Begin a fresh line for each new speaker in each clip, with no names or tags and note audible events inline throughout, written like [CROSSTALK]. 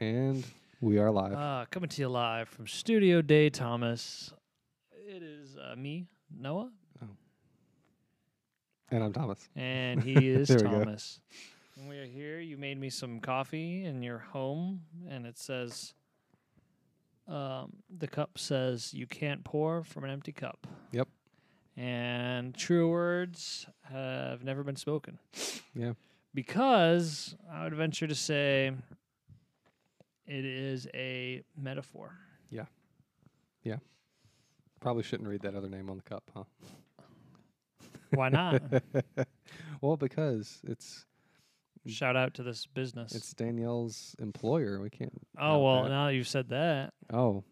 And we are live.
Uh, coming to you live from Studio Day, Thomas. It is uh, me, Noah,
and I'm Thomas. [LAUGHS]
and he is
There we go.
Thomas. And we are here. You made me some coffee in your home, and it says, um, the cup says, you can't pour from an empty cup.
Yep.
And true words have never been spoken.
Yeah.
Because I would venture to say it is a metaphor.
Probably shouldn't read that other name on the cup, huh? [LAUGHS]
Why not?
well, because it's
Shout out to this business.
Mm. it's Danielle's employer. We can't.
oh
out
well,
that.
now that you've said that.
Oh,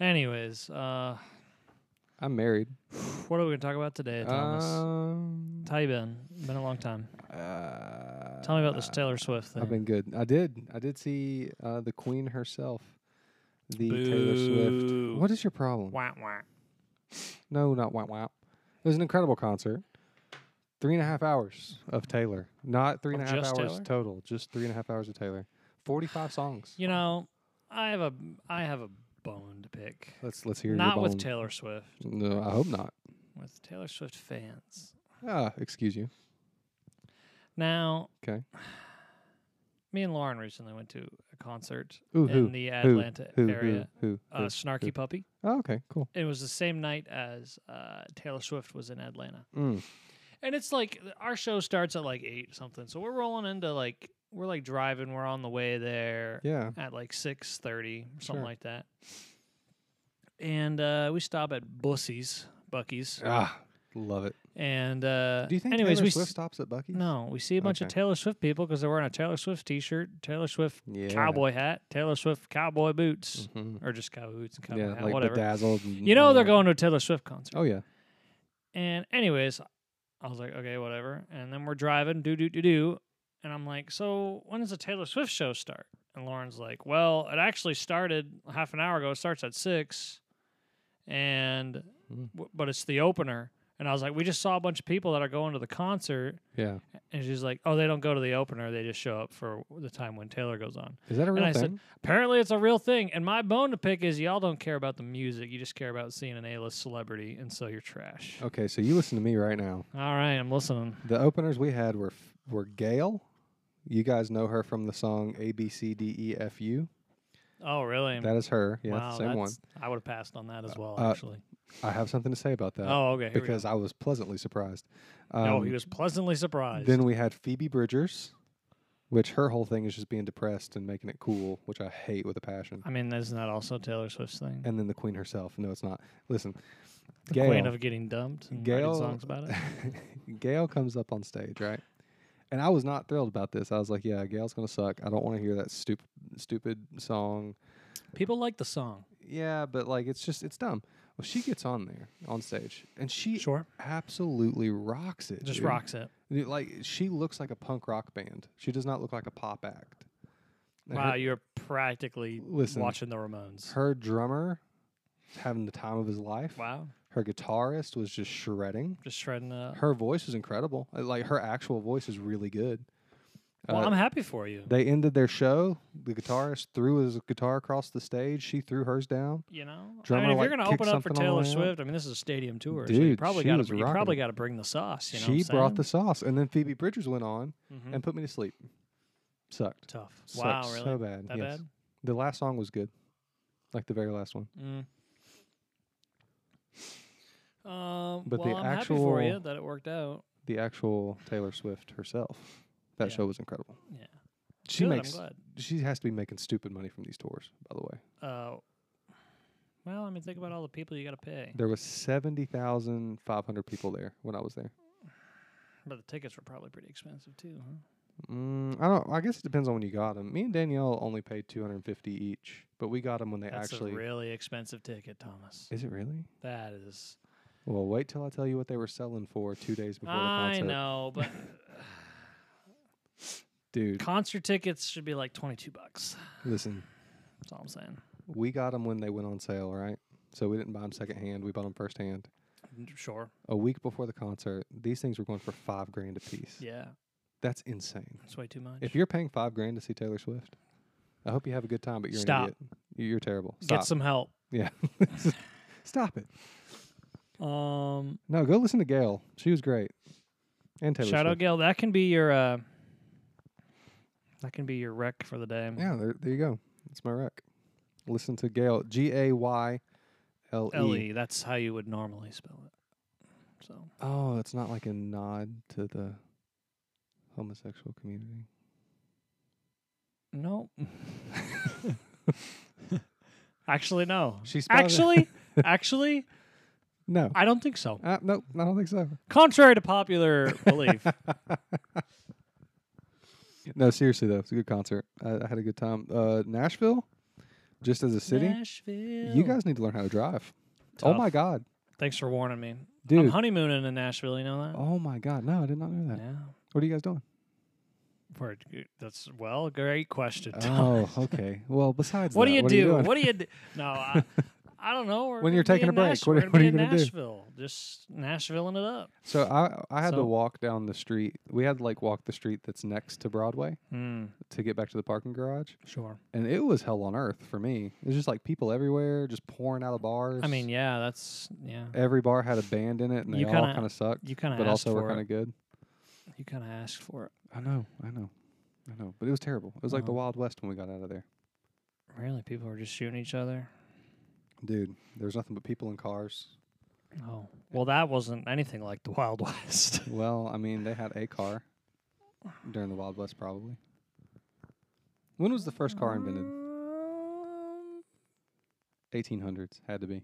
Anyways, uh,
I'm married.
what are we gonna talk about today, Thomas?
Um,
How you been? Been a long time.
uh,
Tell me about this Taylor Swift thing.
I've been good. I did. I did see uh, the Queen herself, the Taylor Swift.
Boo.
What is your problem?
Wah, wah.
No, not wow wow. It was an incredible concert. Three and a half hours of Taylor, not three and a
Of
half
just
hours
Taylor?
total. Just three and a half hours of Taylor. Forty-five songs.
You know, I have a I have a bone to pick.
Let's let's hear
Not
your
with
bone.
Taylor Swift.
No, I hope not.
With Taylor Swift fans.
Ah, excuse you.
Now,
'Kay.
Me and Lauren recently went to a concert
Ooh,
in
who,
the
who,
Atlanta
who,
area.
who, who,
uh,
who?
Snarky Puppy.
Oh, okay, cool.
It was the same night as uh, Taylor Swift was in Atlanta.
Mm,
And it's like our show starts at like eight something, so we're rolling into like we're like driving, we're on the way there
yeah.
at like six thirty, something
Sure.
like that. And uh, we stop at Bussy's, Bucky's,
Ah, love it.
and uh,
Do you think
anyways
Taylor
we
Swift
s-
stops at Bucky's?
no we see a bunch of
Okay.
Taylor Swift people because they're wearing a Taylor Swift T-shirt, Taylor Swift
Yeah.
cowboy hat, Taylor Swift cowboy boots,
Mhm.
or just cowboy boots and cowboy
Yeah,
hat,
like Mm.
whatever.
bedazzled. and
You know
all
they're
that.
going to a Taylor Swift concert.
Oh yeah.
And anyways, I was like, okay, whatever. And then we're driving, do do do do, and I'm like, so when does the Taylor Swift show start? And Lauren's like, well, it actually started half an hour ago. It starts at six, and
Mm.
w- but it's the opener. And I was like, we just saw a bunch of people that are going to the concert,
Yeah.
and she's like, oh, they don't go to the opener. They just show up for the time when Taylor goes on.
Is that a real
I
thing?
said- Apparently, it's a real thing. And my bone to pick is y'all don't care about the music. You just care about seeing an A-list celebrity, and so you're trash.
okay, so you listen to me right now.
All right, I'm listening.
The openers we had were f- were Gail. You guys know her from the song A B C D E F U.
Oh, really?
That is her. Yeah,
wow,
same one.
that's- I would have passed on that as well,
uh,
actually.
I have something to say about that
oh, okay. Here
because I was pleasantly surprised.
we
Um,
go. no, he was pleasantly surprised.
Then we had Phoebe Bridgers, which her whole thing is just being depressed and making it cool, which I hate with a passion.
I mean, isn't that also Taylor Swift's thing?
And then the Queen herself. No, it's not. Listen,
The
Gail.
queen of getting dumped and
Gail-
writing songs about it.
[LAUGHS] Gail comes up on stage, right? And I was not thrilled about this. I was like, "Yeah, Gail's gonna suck. I don't want to hear that stupid, stupid song."
People like the song.
Yeah, but like, it's just it's dumb. Well, she gets on there on stage, and she
Sure.
absolutely rocks it.
Just
dude.
rocks it.
Dude, Like she looks like a punk rock band. She does not look like a pop act. And
Wow,
her,
you're practically
Listen.
watching the Ramones.
her drummer is having the time of his life.
Wow.
Her guitarist was just shredding.
Just uh, shredding the.
Her voice was incredible. Uh, Like her actual voice is really good.
Well,
Uh,
I'm happy for you.
they ended their show. The guitarist threw his guitar across the stage. She threw hers down.
You know, I
drummer,
mean, if
like,
you're going to
kicked
open up for
something all
Taylor
the way up.
Swift, I mean, this is a stadium tour, so you
Dude,
probably
she
got
was
to you
rocking
probably
it.
got to bring the sauce. You know,
she
what I'm
brought the
saying?
sauce, and then Phoebe Bridgers went on
Mhm.
and put me to sleep. Sucked.
tough.
Sucked
Wow, really?
So bad.
that
yes.
bad?
The last song was good, like the very last one.
Mm. Um,
But the
well, I'm happy for you
actual-
that it worked out.
The actual Taylor Swift herself. That
Yeah.
show was incredible.
Yeah.
She
Good,
makes.
I'm glad.
She has to be making stupid money from these tours. By the way,
Uh, well, I mean, think about all the people you got to pay,
there was seventy thousand five hundred people there when I was there.
but the tickets were probably pretty expensive too. Huh?
Mm, I don't. I guess it depends on when you got them. Me and Danielle only paid two hundred and fifty each, but we got them when they
That's
actually.
a really expensive ticket, Thomas.
is it really?
That is.
Well, wait till I tell you what they were selling for two days before the
I
concert,
know,
[LAUGHS]
but
dude.
concert tickets should be like twenty-two bucks.
Listen,
That's all I'm saying.
we got them when they went on sale, right? So we didn't buy them secondhand. We bought them firsthand.
Mm, Sure.
A week before the concert, these things were going for five grand a piece.
Yeah,
That's insane.
that's way too much.
If you're paying five grand to see Taylor Swift, I hope you have a good time, but you're
Stop.
an idiot. You- You're terrible. Stop.
Get some help.
yeah. Stop it.
Um,
No, go listen to Gail. She was great. And Taylor
shout out
Swift.
Gail. That can be your uh, that can be your rec for the day.
Yeah, there, there you go. That's my rec. Listen to Gail. G A Y L E.
Ellie, that's how you would normally spell it. So
Oh, that's not like a nod to the homosexual community.
no. [LAUGHS] actually, no.
She spelled it- [LAUGHS]
Actually, actually,
No.
I don't think so.
Uh, nope, I don't think so.
Contrary
[LAUGHS]
to popular belief,
No, seriously though, it's a good concert. I, I had a good time. Uh, Nashville, just as a city,
Nashville.
you guys need to learn how to drive. Oh
Tough.
my god,
Thanks for warning me. I'm
dude!
honeymooning in Nashville. You know that?
oh my god, no, I did not know that.
Yeah.
What are you guys
[LAUGHS]
doing?
Word. That's well, great question. Tom.
[LAUGHS]
[LAUGHS]
oh, okay. Well, besides,
what do
that,
you
what
do?
Are you doing?
what do
[LAUGHS]
you do? No, I, I don't know.
When
We're gonna
you're
be
taking
in
a break,
Nash-
what
we're
are-
gonna
what
be
are you
in
gonna do?
Nashville. Just Nashvilling it up.
So I I had to
So-
walk down the street. We had to like walk the street that's next to Broadway
Mm,
to get back to the parking garage,
sure.
and it was hell on earth for me. It was just like people everywhere, just pouring out of bars.
I mean, yeah, that's yeah.
every bar had a band in it, and they
You
all
kinda-
kind of sucked,
You kind of
but
asked
also were
for
kind
it.
of good.
You kind of asked for it.
I know, I know, I know. But it was terrible. It was like the
Uh-huh.
Wild West when we got out of there.
Really, people were just shooting each other.
Dude, there was nothing but people in cars.
Oh, well, that wasn't anything like the [LAUGHS] Wild West.
Well, I mean, they had a car during the Wild West, probably. When was the first car invented?
Um,
1800s, had to be.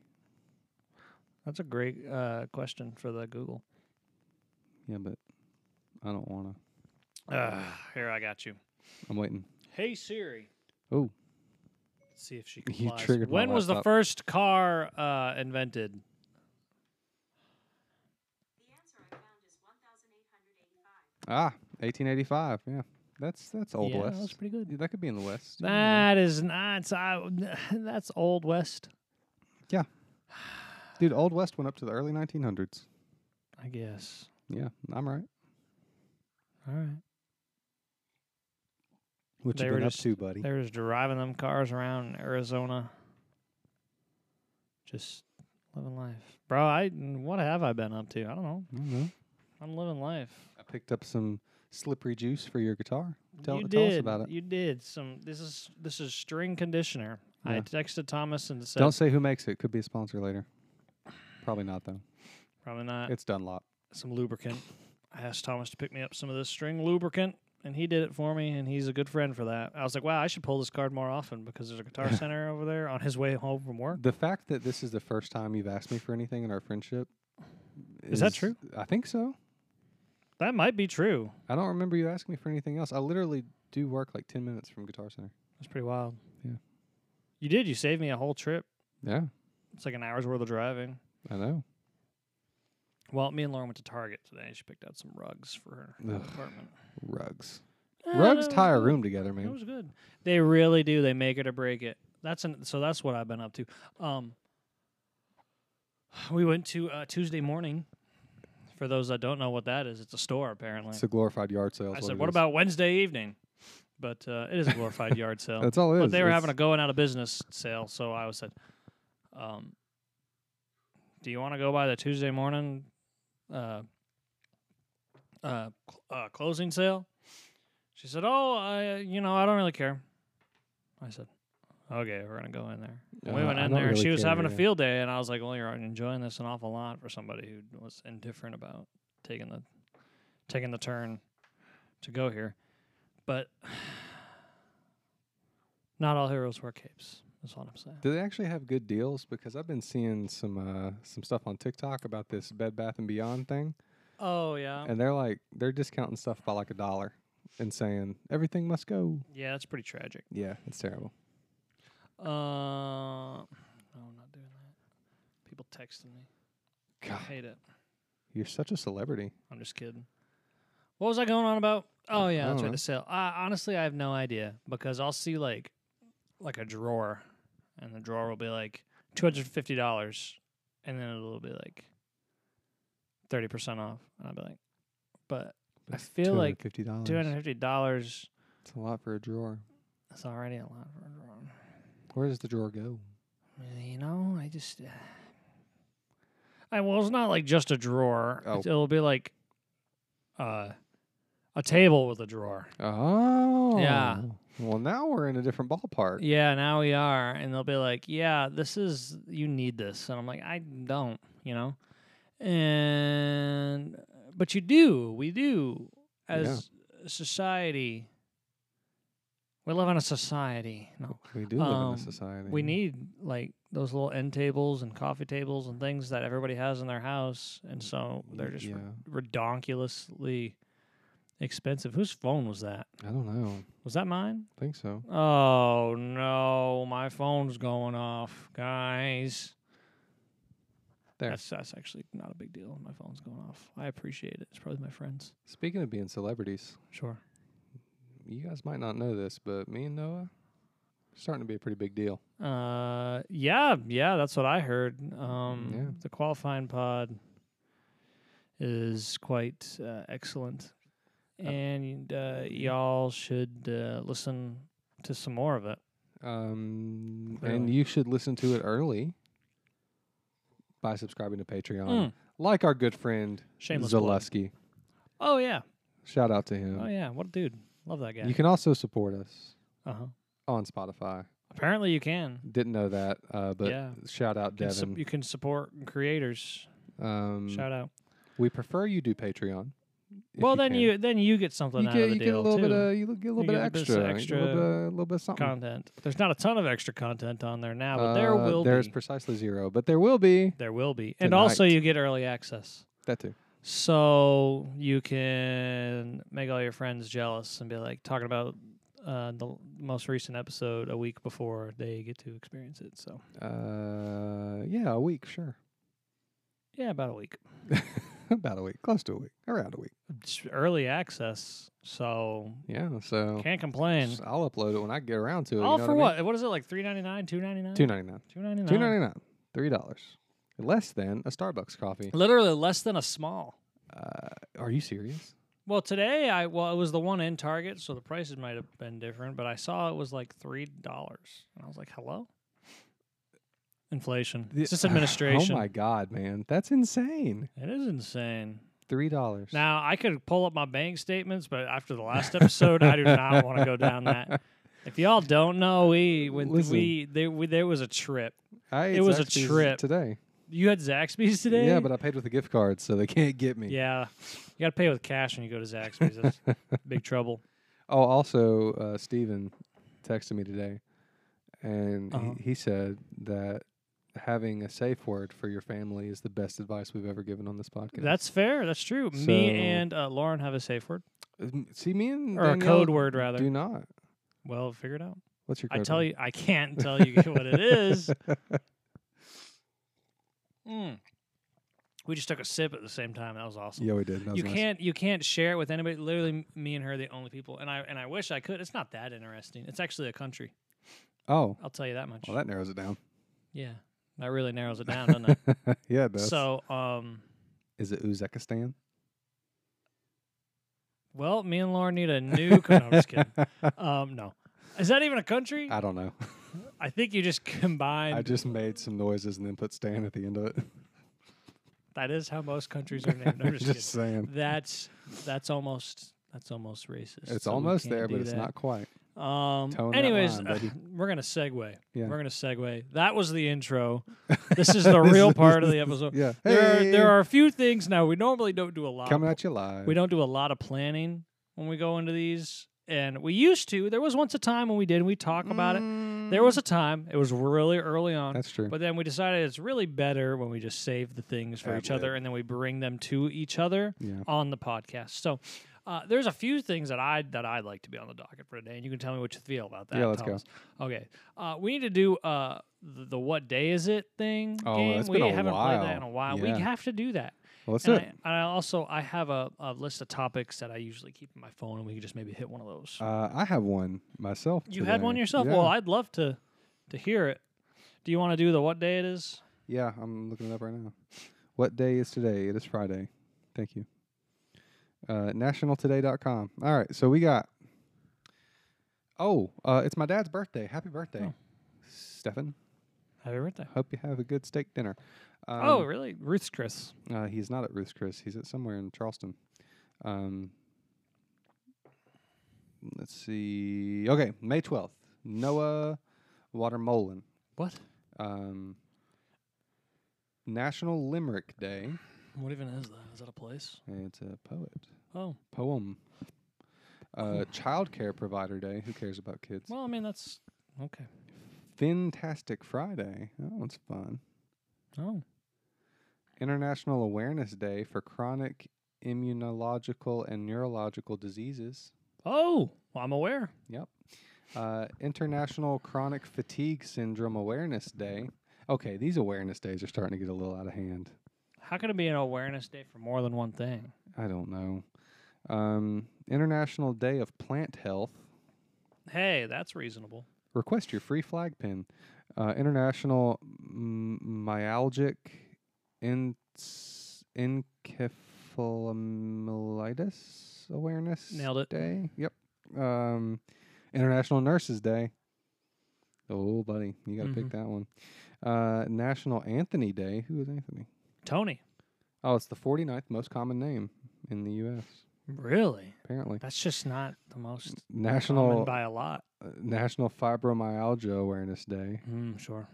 That's a great uh, question for the Google.
Yeah, but I don't want to.
Uh, here, I got you.
I'm waiting.
Hey Siri.
Oh.
Let's see if [LAUGHS] she
You
complies.
triggered my
when was the
laptop.
first car uh, invented?
The answer I found is 1,885.
Ah, 1885. Yeah, that's that's old
yeah, That was
west.
pretty good.
Yeah, That could be in the west. You never know.
That is not. I, [LAUGHS] that's old west.
Dude, old west went up to the early 1900s.
I guess.
Yeah, I'm right.
All right.
What
They
you
were
been up
just-
to, buddy?
They were just driving them cars around Arizona. Just living life, bro. I what have I been up to? I don't know.
I don't know.
I'm living life.
I picked up some slippery juice for your guitar. Tell,
you
tell
did.
us about it.
You did some. This is this is string conditioner. I
Yeah.
texted Thomas and said,
Don't say who makes it. Could be a sponsor later. Probably not though.
probably not.
It's Dunlop.
some lubricant. I asked Thomas to pick me up some of this string lubricant, and he did it for me, and he's a good friend for that. I was like, wow, I should pull this card more often because there's
[LAUGHS]
a guitar center over there on his way home from work.
The fact that this is the first time you've asked me for anything in our friendship
Is that true?
I think so.
That might be true.
I don't remember you asking me for anything else. I literally do work like ten minutes from Guitar Center.
That's pretty wild.
Yeah.
You did. You saved me a whole trip.
Yeah,
It's like an hour's worth of driving.
I know.
Well, me and Lauren went to Target today. She picked out some rugs for her
Ugh.
apartment.
Rugs.
Eh,
Rugs
that was
tie a
good.
room together,
It
man.
was good. They really do. They make it or break it. That's an, so. That's what I've been up to. Um, we went to uh, Tuesday morning. For those that don't know what that is, it's a store apparently.
It's a glorified yard sale.
I
is
said,
it
"What
is."
about Wednesday evening?" But uh, it is a
[LAUGHS]
glorified yard sale.
That's all it is.
But they were
It's-
having a going out of business sale, so I said, um, "Do you want to go by the Tuesday morning uh, uh, cl- uh, closing sale?" She said, "Oh, I, you know, I don't really care." I said, "Okay, we're gonna go in there." And we
Uh,
went
I
in
don't
there. and
really
she was
care,
having a
yeah.
field day, and I was like, "Well, you're enjoying this an awful lot for somebody who was indifferent about taking the taking the turn to go here." But [SIGHS] not all heroes wear capes. That's what I'm saying.
Do they actually have good deals? Because I've been seeing some uh, some stuff on TikTok about this Bed Bath and Beyond thing.
Oh yeah,
and they're like they're discounting stuff by like a dollar and saying everything must go.
yeah. That's pretty tragic.
Yeah, it's terrible.
Uh, no, I'm not doing that. People texting me. I
God,
hate it.
you're such a celebrity.
I'm just kidding. What was I going on about? Oh
I
yeah,
don't
that's right.
know.
The sale. I, honestly, I have no idea because I'll see like like a drawer, and the drawer will be like two hundred fifty dollars, and then it'll be like thirty percent off, and I'll be like, but I feel like
fifty dollars.
two hundred fifty dollars.
It's a lot for a drawer.
It's already a lot for a drone.
Where does the drawer go?
Uh, You know, I just. uh, I well, it's not like just a drawer.
Oh.
It's- It'll be like, uh, a table with a drawer.
Oh. Well, now we're in a different ballpark.
Yeah, now we are, and they'll be like, "Yeah, this is you need this," and I'm like, "I don't," you know, and but you do, we do as a society. We live in a society. No,
We do live in
Um,
a society.
we need like those little end tables and coffee tables and things that everybody has in their house, and so they're just
Yeah.
redonkulously expensive. Whose phone was that?
I don't know.
Was that mine?
I think so.
Oh no, my phone's going off, guys.
There.
That's that's actually not a big deal. My phone's going off. I appreciate it. It's probably my friends.
Speaking of being celebrities,
Sure.
you guys might not know this, but me and Noah starting to be a pretty big deal.
Uh, yeah, yeah, that's what I heard. Um,
Yeah.
the qualifying pod is quite uh, excellent,
Uh,
and uh, y'all should uh, listen to some more of it.
Um, and
Really?
you should listen to it early by subscribing to Patreon, like our good friend
Hmm. Shameless plug.
Zaleski.
Oh yeah,
Shout out to him.
oh yeah. What a dude. Love that guy.
You can also support us
Uh huh.
on Spotify.
Apparently, you can.
Didn't know that, uh, but
Yeah.
shout out
can sup-
Devin.
you can support creators.
um,
Shout out.
We prefer you do Patreon. if
well, then
can.
you then you get something
you
out
get
of the
you get a
deal
little
too.
bit of you li- get a little
You
bit of
get a bit
extra, you get a
of
little
extra
bit, a little bit of something.
content. There's not a ton of extra content on there now, but there
Uh,
will
there's
be.
precisely zero, but there will be
there will be, and also
tonight.
you get early access,
that too.
so you can make all your friends jealous and be like talking about uh, the l- most recent episode a week before they get to experience it. So
Uh, yeah, a week, sure, [LAUGHS]
yeah, about a week.
about a week, close to a week, around a week.
It's early access, so
Yeah, Oh, so
can't complain.
s- I'll upload it when I get around to it.
All
you know
for
what?
what? What is it like? Three ninety nine, two ninety nine,
Two ninety nine,
two ninety nine,
two ninety nine, three dollars, less than a Starbucks coffee.
Literally less than a small.
Uh, are you serious?
Well, today I well it was the one in Target, so the prices might have been different, but I saw it was like three dollars, and I was like, "Hello, inflation.
The-
It's just
[SIGHS]
administration.
oh my god, man, that's insane.
It is insane."
Three dollars.
Now I could pull up my bank statements, but after the last episode, I do not want to go down that. If y'all don't
[LAUGHS]
know, we when
Listen.
we there we, there was a trip.
I ate
it was a
Zaxby's
trip.
today.
You had Zaxby's today.
Yeah, but I paid with a gift card, so they [LAUGHS] can't get me.
yeah, you got to pay with cash when you go to Zaxby's. That's
[LAUGHS]
big trouble.
Oh, also, uh, Steven texted me today, and
Uh-huh.
he, he said that having a safe word for your family is the best advice we've ever given on this podcast.
That's fair. That's true. Me
So-
and uh, Lauren have a safe word
Mm, see me and
or a
Danielle
code word rather.
Do not.
well, figure it out.
What's your?
I
Code
tell
word?
you, I can't tell you [LAUGHS] what
[LAUGHS]
it is. Mm. We just took a sip at the same time. That was awesome.
Yeah, we did. That was
you
nice.
can't you can't share it with anybody. Literally, m- me and her are the only people. And I and I wish I could. It's not that interesting. It's actually a country.
Oh,
I'll tell you that much.
well, that narrows it down. [LAUGHS]
yeah, that really narrows it down, doesn't it?
yeah, it does.
So, um,
is it Uzbekistan?
well, me and Lauren need a new. co- no, I'm just kidding. Um, no, is that even a
[LAUGHS]
country?
I don't know.
I think you just [LAUGHS] combine.
I just made some noises and then put Stan at the end of it.
that is how most countries are named.
[LAUGHS]
No, I'm just,
just saying.
kidding. That's that's almost that's almost racist.
It's
so we
almost
can't
there,
do
but it's
that.
not quite.
[LAUGHS] Um.
Tone that
anyways,
line,
uh,
buddy.
[LAUGHS] we're gonna segue.
Yeah.
We're gonna segue. That was
[LAUGHS]
the intro. This is the real part of the episode.
Yeah.
There are
Hey!
there are a few things now. We normally don't do a lot.
coming
of,
at you live.
we don't do a lot of planning when we go into these, and we used to. There was once a time when we did. We talk about
Mm.
it. There was a time. It was really early on.
That's true.
But then we decided it's really better when we just save the things for each
Ad
other
lib.
and then we bring them to each other
Yeah.
on the podcast. So uh, there's a few things that I that I'd like to be on the docket for today, and you can tell me what you feel about that.
Yeah, let's go.
Thomas. Okay, uh, we need to do uh, the, the what day is it thing.
Oh,
game.
it's
we
been a
haven't played that in
while.
a while.
Yeah.
We have to do that.
Well, let's do
and,
it.
I, and I also I have a, a list of topics that I usually keep in my phone, and we can just maybe hit one of those.
Uh, I have one myself.
you had one
today.
yourself.
Yeah.
Well, I'd love to to hear it. Do you want to do the what day it is?
yeah, I'm looking it up right now. What day is today? It is Friday. Thank you. Uh, nationaltoday.com. All right, so we got Oh, uh, it's my dad's birthday. Happy birthday,
Oh.
Stefan.
Happy birthday.
Hope you have a good steak dinner. Um,
oh, really? Ruth's Chris.
Uh, he's not at Ruth's Chris. He's at somewhere in Charleston. Um, let's see. Okay, May 12th. Noah Watermolen.
What?
Um, National Limerick Day.
What even is that? Is that a place?
It's a poet.
Oh,
Poem. Uh, Child Care Provider Day. Who cares about kids?
well, I mean, that's okay.
Fantastic Friday. That one's fun.
Oh,
International Awareness Day for Chronic Immunological and Neurological Diseases.
oh, well, I'm aware.
Yep. Uh, International Chronic Fatigue Syndrome Awareness Day. Okay, these awareness days are starting to get a little out of hand.
How can it be an awareness day for more than one thing?
I don't know. Um, International Day of Plant Health.
Hey, that's reasonable.
Request your free flag pin. Uh, International M- Myalgic en- Encephalomyelitis Awareness
Nailed it.
Day. Yep. Um, International Nurses Day. Oh, buddy, you got to pick
Mhm.
that one. Uh, National Anthony Day. Who is Anthony?
Tony,
Oh, it's the 49th most common name in the U.S.
really?
Apparently.
That's just not the most common
National
by a lot.
uh, National Fibromyalgia Awareness Day.
Mm, sure,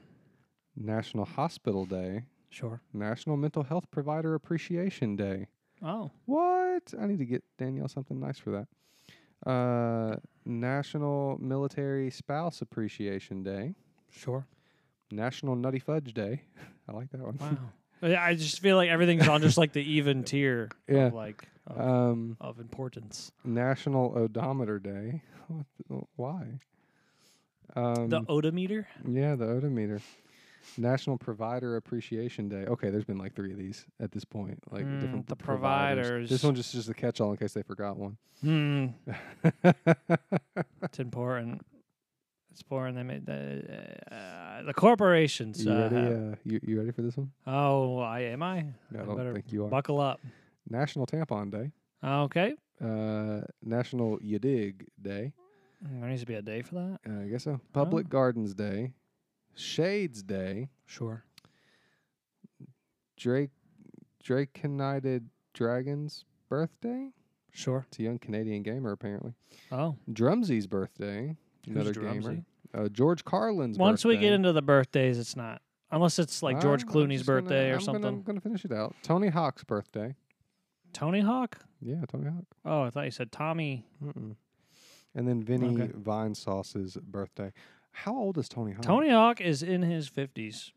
National Hospital Day.
sure.
National Mental Health Provider Appreciation Day.
Oh,
What? I need to get Danielle something nice for that. Uh, National Military Spouse Appreciation Day.
sure.
National Nutty Fudge Day. [LAUGHS] I like that one. [LAUGHS]
Wow. I I just feel like everything's on just like the even tier
Yeah.
of like of,
[LAUGHS] Um,
of importance.
National Odometer Day. [LAUGHS] What the- Why? Um,
the odometer.
yeah, the odometer. National Provider Appreciation Day. Okay, there's been like three of these at this point. Like
Mm,
different
the
providers. This
providers.
one just just a catch-all in case they forgot one. [LAUGHS]
Hmm. It's important. It's important. They made the uh, the corporations.
You ready?
uh,
Uh, you, you ready for this one?
Oh, I am I.
No,
I
I don't
better
think you are.
Buckle up.
National Tampon Day.
Okay.
Uh, National You Dig Day.
There needs to be a day for that.
Uh, I guess so. Public
Oh.
Gardens Day. Shades Day.
Sure.
Drake Drake United Dragons Birthday.
Sure.
It's a young Canadian gamer apparently.
Oh.
Drumsy's birthday.
Who's
Another gamer.
Drumsy?
Uh, George Carlin's
Once we get
birthday.
into the birthdays, it's not. Unless it's like George
Ah, I'm
Clooney's
just gonna-
birthday or
I'm
something.
Gonna, I'm gonna finish it out. Tony Hawk's birthday.
Tony Hawk?
Yeah, Tony Hawk.
Oh, I thought you said Tommy.
Mm-mm. And then Vinny
Okay.
Vine Sauce's birthday. How old is Tony Hawk?
Tony Hawk is in his 50s.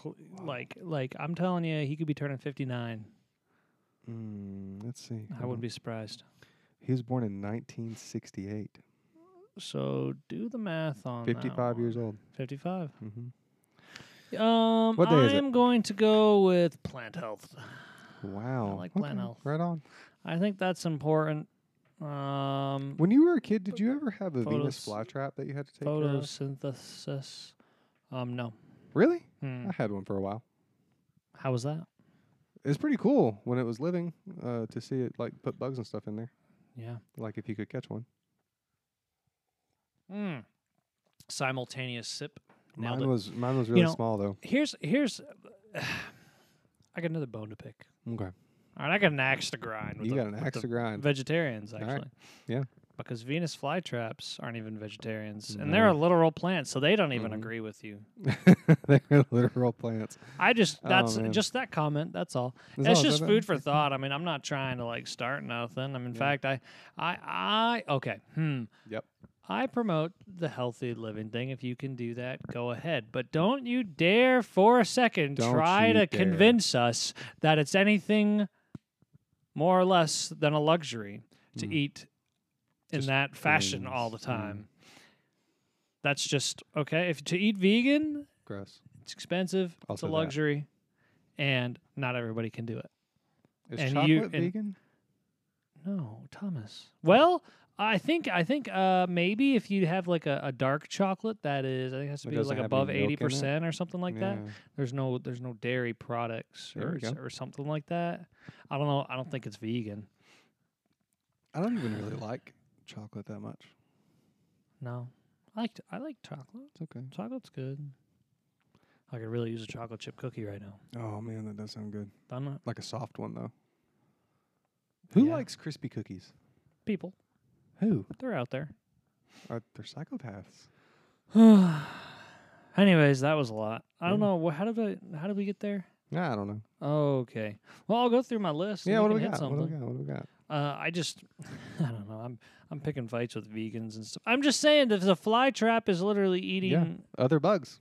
Cl- Like, like I'm telling you, he could be turning 59.
Mm, let's see.
I wouldn't be surprised.
He was born in 1968.
So do the math on that
55 years
one.
old.
55.
hmm
Um,
What day is it?
I'm going to go with plant health.
Wow.
like Glen Elf.
Right on.
I think that's important. Um,
When you were a kid, did you ever have a Venus
Photos-
flytrap that you had to take care of?
photosynthesis. Um, no.
Really?
Hmm.
I had one for a while.
How was that?
It was pretty cool when it was living uh, to see it like put bugs and stuff in there.
Yeah.
Like if you could catch one.
Mm. Simultaneous sip. Nailed
mine
it.
was mine was really
know-
small though.
Here's here's. [SIGHS] I got another bone to pick.
Okay.
All right, I got an axe to grind. With
You
the,
got an
with
axe
the
to grind.
Vegetarians,
right.
actually.
Yeah.
Because Venus flytraps aren't even vegetarians, and they're a
No.
literal plant, so they don't even
Mhm.
agree with you.
[LAUGHS] They're literal plants.
I just
[LAUGHS] Oh,
that's
man.
just that comment. That's all.
That's
That's
all, is
just
that it?
food for thought. I mean, I'm not trying to like start nothing. I mean, in
Yeah.
fact, I, I, I, okay, hmm.
Yep.
I promote the healthy living thing. If you can do that, go ahead. But don't you dare for a 2nd
Don't
try
you
to
dare.
convince us that it's anything more or less than a luxury to
Mm.
eat in
Just
that fashion
things.
all the
Mm.
time. That's just okay. If to eat vegan,
Gross.
it's expensive. it's
Also
a
that.
luxury, and not everybody can do it.
Is
And
chocolate
you- and-
vegan?
No, Thomas. Well, I think I think uh, maybe if you have like a, a dark chocolate that is, I think it has to
That
be
doesn't
like
have any
above
milk in it?
eighty percent or something like that.
Yeah.
There's no there's no dairy products
There
or
we
s-
go.
or something like that. I don't know. I don't think it's vegan.
I don't even really like chocolate that much.
No, I like I like chocolate.
It's okay.
Chocolate's good. I could really use a chocolate chip cookie right now.
Oh man, that does sound good.
Done it.
Like a soft one though. Who
Yeah.
likes crispy cookies?
People,
Who?
they're out there. [SIGHS]
Uh, they're psychopaths.
Anyways, that was a lot. I don't
Yeah.
know. Wh- how did I? How did we get there?
Nah, I don't know.
Okay. Well, I'll go through my list. and
yeah,
you
what do we
can hit
got? What do we
Something.
got? What do we got?
Uh, I just, [LAUGHS] I don't know. I'm I'm picking fights with vegans and stuff. I'm just saying that the fly trap is literally eating.
Other bugs.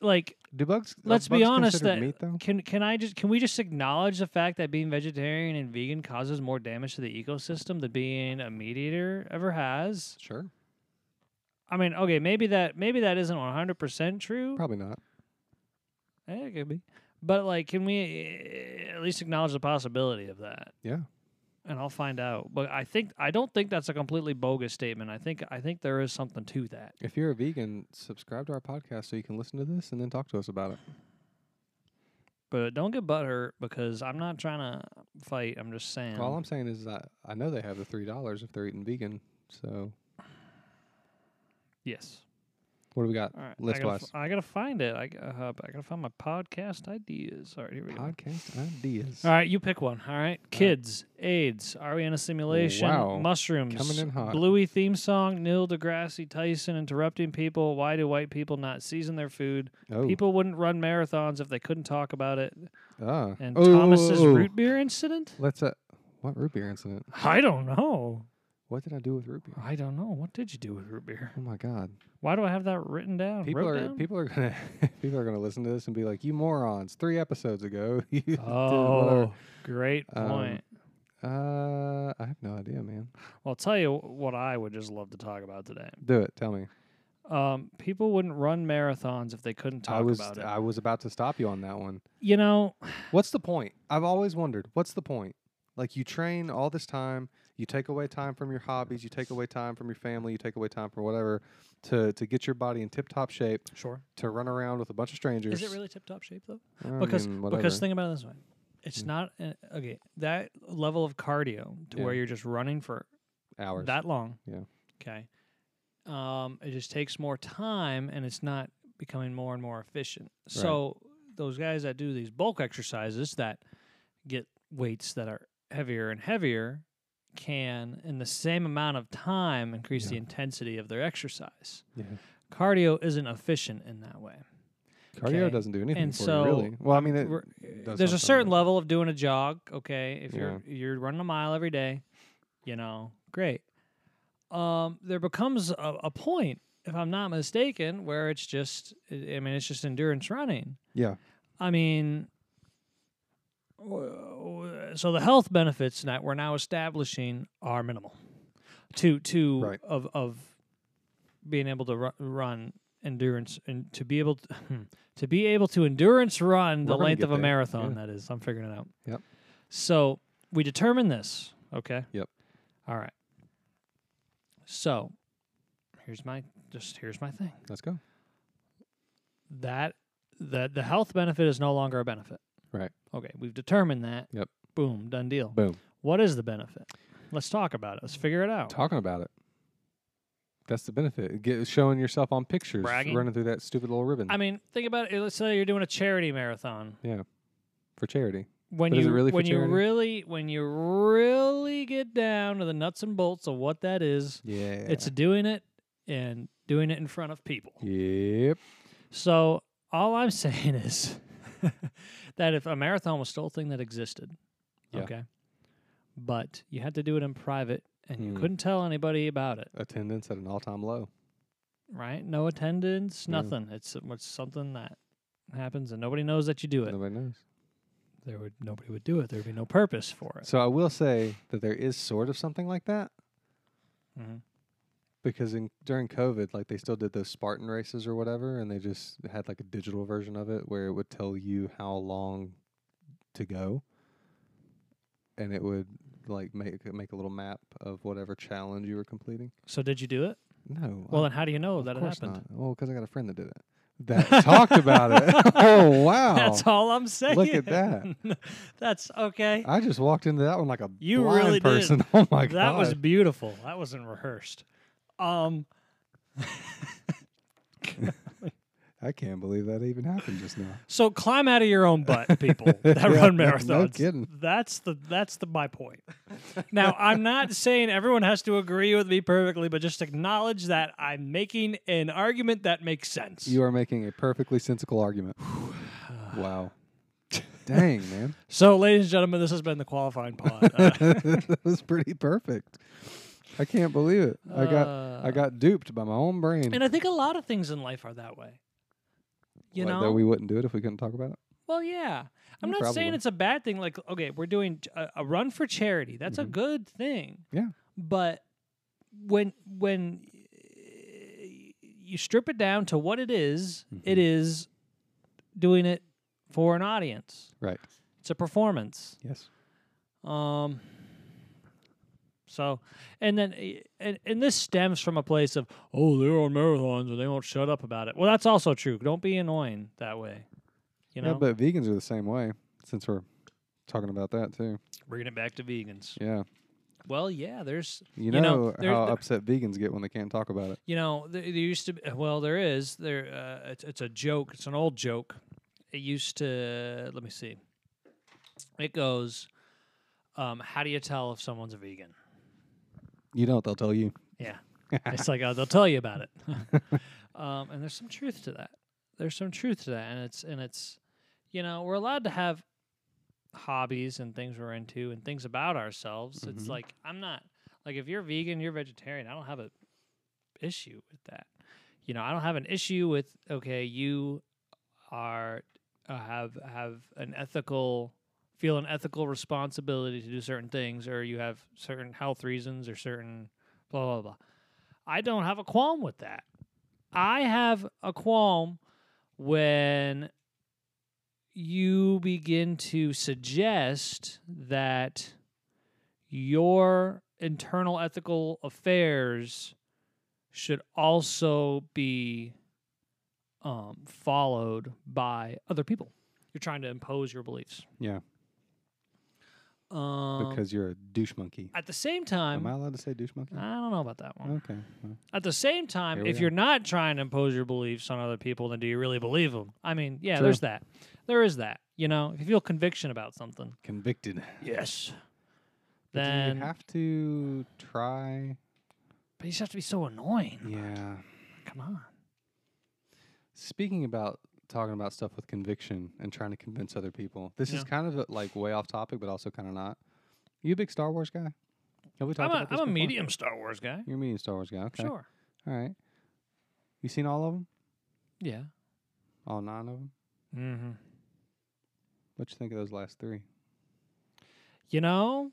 Like,
Do bugs? are
let's be
bugs
honest.
considered
That
meat though.
can can I just can we just acknowledge the fact that being vegetarian and vegan causes more damage to the ecosystem than being a meat eater ever has?
Sure.
I mean, okay, maybe that maybe that isn't 100 percent true.
Probably not.
Eh, it could be. But like, can we eh, at least acknowledge the possibility of that?
Yeah.
And I'll find out. But I think I don't think that's a completely bogus statement. I think I think there is something to that.
If you're a vegan, subscribe to our podcast so you can listen to this and then talk to us about it.
But don't get butthurt because I'm not trying to fight. I'm just saying.
All I'm saying is I, I know they have the three dollars if they're eating vegan. So
yes.
what do we got?
All right. I
List
gotta,
wise.
f- I gotta find it. I g- uh, I gotta find my podcast ideas. All right, here we go.
Podcast ideas.
All right, you pick one. All right, kids, AIDS, are we in a simulation?
Wow.
Mushrooms,
Coming in hot.
Bluey theme song, Neil deGrasse Tyson interrupting people. Why do white people not season their food?
Oh.
People wouldn't run marathons if they couldn't talk about it.
ah.
And
Oh,
Thomas's
oh, oh.
root beer incident.
Let's. Uh, what root beer incident?
I don't know.
What did I do with root beer?
I don't know. What did you do with root beer?
Oh my god.
Why do I have that written down?
People
Wrote
are
down?
people are gonna [LAUGHS] people are gonna listen to this and be like, "You morons! Three episodes ago." [LAUGHS] you did whatever."
Oh, great
Um,
point.
Uh, I have no idea, man.
well, I'll tell you what I would just love to talk about today.
Do it. Tell me.
Um, people wouldn't run marathons if they couldn't talk
I was uh,
about it.
I was about to stop you on that one.
you know,
What's the point? I've always wondered. What's the point? Like you train all this time, you take away time from your hobbies, you take away time from your family, you take away time from whatever to to get your body in tip top shape
sure.
to run around with a bunch of strangers.
Is it really tip top shape though?
I
Because
mean,
because
whatever. Hmm.
think about it this way, it's not an, okay. That level of cardio to where
Yeah.
you're just running for
hours.
that long.
Yeah.
Okay. Um, it just takes more time, and it's not becoming more and more efficient. So those guys that do these bulk exercises that get weights that are heavier and heavier can, in the same amount of time, increase the
Yeah.
intensity of their exercise.
yeah.
Cardio isn't efficient in that way.
Cardio
okay.
doesn't do anything
And
for
so,
you, really. Well, I mean, it,
We're-
does
there's a
something,
certain
but-
level of doing a jog. Okay, if you're you're running a mile every day, you know, great. Um, there becomes a, a point, if I'm not mistaken, where it's just, I I mean, it's just endurance running.
yeah,
I mean, w- w- so the health benefits that we're now establishing are minimal to to
Right.
of of being able to ru- run endurance and to be able to, to be able to endurance run
We're
the
gonna
length
get
of a
there,
marathon
yeah.
that is i'm figuring it out
Yep.
so we determine this okay
Yep.
all right so here's my just here's my thing
let's go.
that the the health benefit is no longer a benefit.
Right.
Okay, we've determined that.
Yep.
Boom, done deal.
Boom.
What is the benefit? Let's talk about it. Let's figure it out.
Talking about it. That's the benefit. Get, showing yourself on pictures,
Bragging.
running through that stupid little ribbon
I mean, think about it. Let's say you're doing a charity marathon.
for charity.
When
But
you
is it really for
when you
charity?
really when you really get down to the nuts and bolts of what that is,
Yeah.
it's doing it and doing it in front of people.
yep.
So all I'm [LAUGHS] saying is that if a marathon was still a thing that existed,
Yeah.
okay, but you had to do it in private and you
Hmm.
couldn't tell anybody about it,
Attendance at an all-time low.
right? No attendance,
Yeah.
nothing. It's it's something that happens and nobody knows that you do it.
Nobody knows.
There would nobody would do it. There would be no purpose for it.
So I will say that there is sort of something like that
Mhm.
because in during COVID, like they still did those Spartan races or whatever, and they just had like a digital version of it where it would tell you how long to go, and it would like make make a little map of whatever challenge you were completing.
So did you do it?
No,
Well,
I-
then how do you know
of
that it
course
happened?
Not. Well, because I got a friend that did it. That talked about
[LAUGHS]
it. oh wow!
That's all I'm saying.
Look at that.
That's okay.
I just walked into that one like a
You
blind
really did.
person. [LAUGHS] Oh my
that
god!
was beautiful. That wasn't rehearsed. Um,
I can't believe that even happened just
[SIGHS]
now.
So climb out of your own
[LAUGHS]
butt, people that
Yeah,
run
no- no
marathons.
kidding.
That's the that's the my point. now
[LAUGHS]
I'm not saying everyone has to agree with me perfectly, but just acknowledge that I'm making an argument that makes sense.
You are making a perfectly sensical argument.
[SIGHS]
wow. Dang,
[LAUGHS]
man.
so, ladies and gentlemen, this has been the qualifying
[LAUGHS]
pod. Uh,
that was pretty perfect. I can't believe it. I got I
uh,
got duped by my own brain.
and I think a lot of things in life are that way. You
Like,
know,
that we wouldn't do it if we couldn't talk about it.
Well, yeah. I'm
Mm,
not saying
probably.
it's a bad thing. Like, okay, we're doing t- a, a run for charity. That's a
Mhm.
good thing.
Yeah.
But when when y- you strip it down to what it is, it
Mhm.
is doing it for an audience.
Right.
It's a performance.
Yes.
Um. So, and then, eh, and, and this stems from a place of, oh, they're on marathons and they won't shut up about it. Well, that's also true. Don't be annoying that way. You know,
Yeah, but vegans are the same way. Since we're talking about that too.
bringing it back to vegans.
Yeah.
Well, yeah, there's
You know,
know, there-
how
there-
upset vegans get when they can't talk about it.
you know there, there used to be, well there is there uh, it's, it's a joke it's an old joke it used to let me see it goes um, how do you tell if someone's a vegan
You don't. They'll tell you.
yeah it's like oh, they'll tell you about it [LAUGHS] um, and there's some truth to that there's some truth to that and it's and it's you know we're allowed to have hobbies and things we're into and things about ourselves it's
Mhm.
like i'm not like if you're vegan you're vegetarian i don't have a issue with that you know i don't have an issue with okay you are uh, have have an ethical feel an ethical responsibility to do certain things or you have certain health reasons or certain blah blah blah i don't have a qualm with that i have a qualm when you begin to suggest that your internal ethical affairs should also be um, followed by other people. You're trying to impose your beliefs.
Yeah.
Um,
because you're a douche monkey.
at the same time,
Am I allowed to say douche monkey?
I don't know about that one.
Okay. well,
At the same
Here
time,
we
if
go.
you're not trying to impose your beliefs on other people, then do you really believe them? I mean, yeah,
True.
there's that. There is that. You know, if you feel conviction about something,
Convicted.
yes,
But
then
do you have to try.
but you just have to be so annoying.
Yeah.
Come on.
Speaking about talking about stuff with conviction and trying to convince other people, this
Yeah.
is kind of a, like way off topic, but also kind of not. You a big Star Wars guy? Have we talked
I'm a,
about this
I'm a
before?
medium Star Wars guy.
You're a medium Star Wars guy. Okay.
Sure.
All right. You seen all of them?
Yeah.
All nine of them?
Mm-hmm.
What you think of those last three?
You know,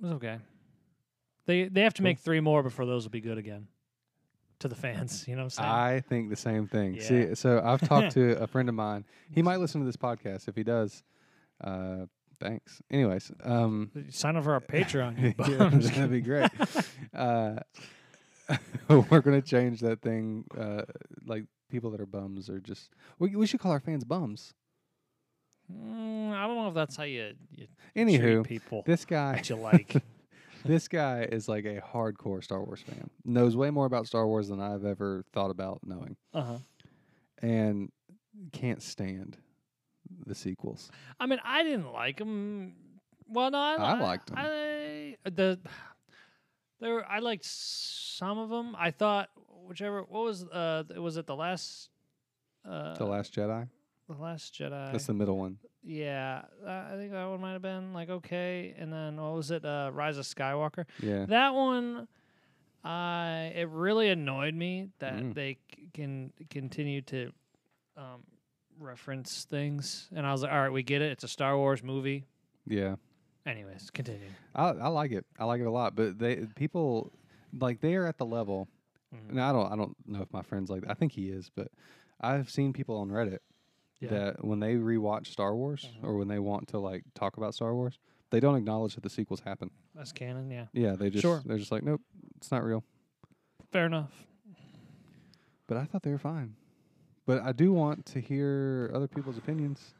it was okay. They they have to
Cool.
make three more before those will be good again. To the fans, you know what I'm saying?
I think the same thing.
Yeah.
See, so
[LAUGHS]
I've talked to a friend of mine. He might listen to this podcast. If he does, uh, thanks. Anyways, um, [LAUGHS]
Sign up for our Patreon.
yeah,
you
[LAUGHS]
bums.
that'd be
[LAUGHS]
great. uh, [LAUGHS] we're gonna change that thing. Uh, like people that are bums are just. We, we should call our fans bums.
Mm, I don't know if that's how you, you treat
Anywho,
people
this guy,
that you [LAUGHS] like.
[LAUGHS] this guy is like a hardcore Star Wars fan. Knows way more about Star Wars than I've ever thought about knowing,
uh-huh.
and can't stand the sequels.
I mean, I didn't like them. Well, no, I,
I
li-
liked 'em.
I, the there, were- I liked some of them. I thought whichever what was uh th- was it the last uh
the Last Jedi.
the last Jedi.
That's the middle one.
yeah, uh, I think that one might have been like okay, and then what was it? Uh, Rise of Skywalker.
Yeah.
That one, I it really annoyed me that
Mm.
they c- can continue to um, reference things, and I was like, all right, we get it. It's a Star Wars movie.
Yeah.
Anyways, continue.
I, I like it. I like it a lot. But they people like they are at the level.
Mhm.
And I don't I don't know if my friend's like I think he is, but I've seen people on Reddit
Yeah.
that when they rewatch Star Wars
Mhm.
or when they want to like talk about Star Wars, they don't acknowledge that the sequels happen.
That's canon. Yeah,
Yeah, they just
Sure.
they're just like, Nope, it's not real.
fair enough.
But I thought they were fine. But I do want to hear other people's opinions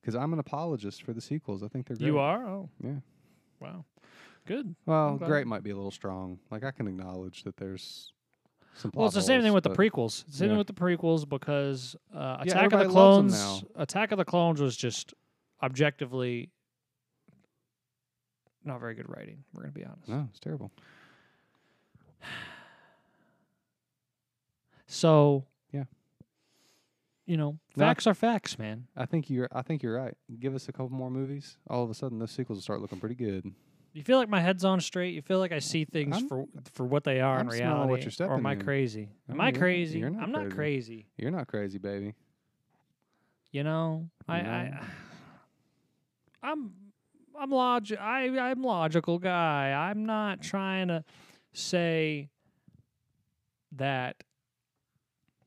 because I'm an apologist for the sequels. I think they're great.
You are. Oh,
Yeah.
wow, good.
Well,
I'm glad.
great might be a little strong. Like I can acknowledge that there's Some
Well, it's the
plot
same thing
holes,
with the
but-
prequels. It's the same
yeah.
thing with the prequels because uh,
Yeah,
Attack of the
everybody loves 'em
Clones. Attack of the Clones was just objectively not very good writing. We're gonna be honest.
No, it's terrible.
So
Yeah.
you know,
No, I-
facts are facts, man.
I think you're. I think you're right. Give us a couple more movies. All of a sudden, those sequels will start looking pretty good.
You feel like my head's on straight. You feel like I see things
I'm-
for for what they are
I'm
in
smelling
reality.
what you're
or
stepping
am I
in.
crazy? Am
No,
I
you're not-
crazy?
you're not
I'm not
crazy.
crazy.
You're not crazy, baby.
You know, I,
No.
I I'm I'm log I I'm logical guy. I'm not trying to say that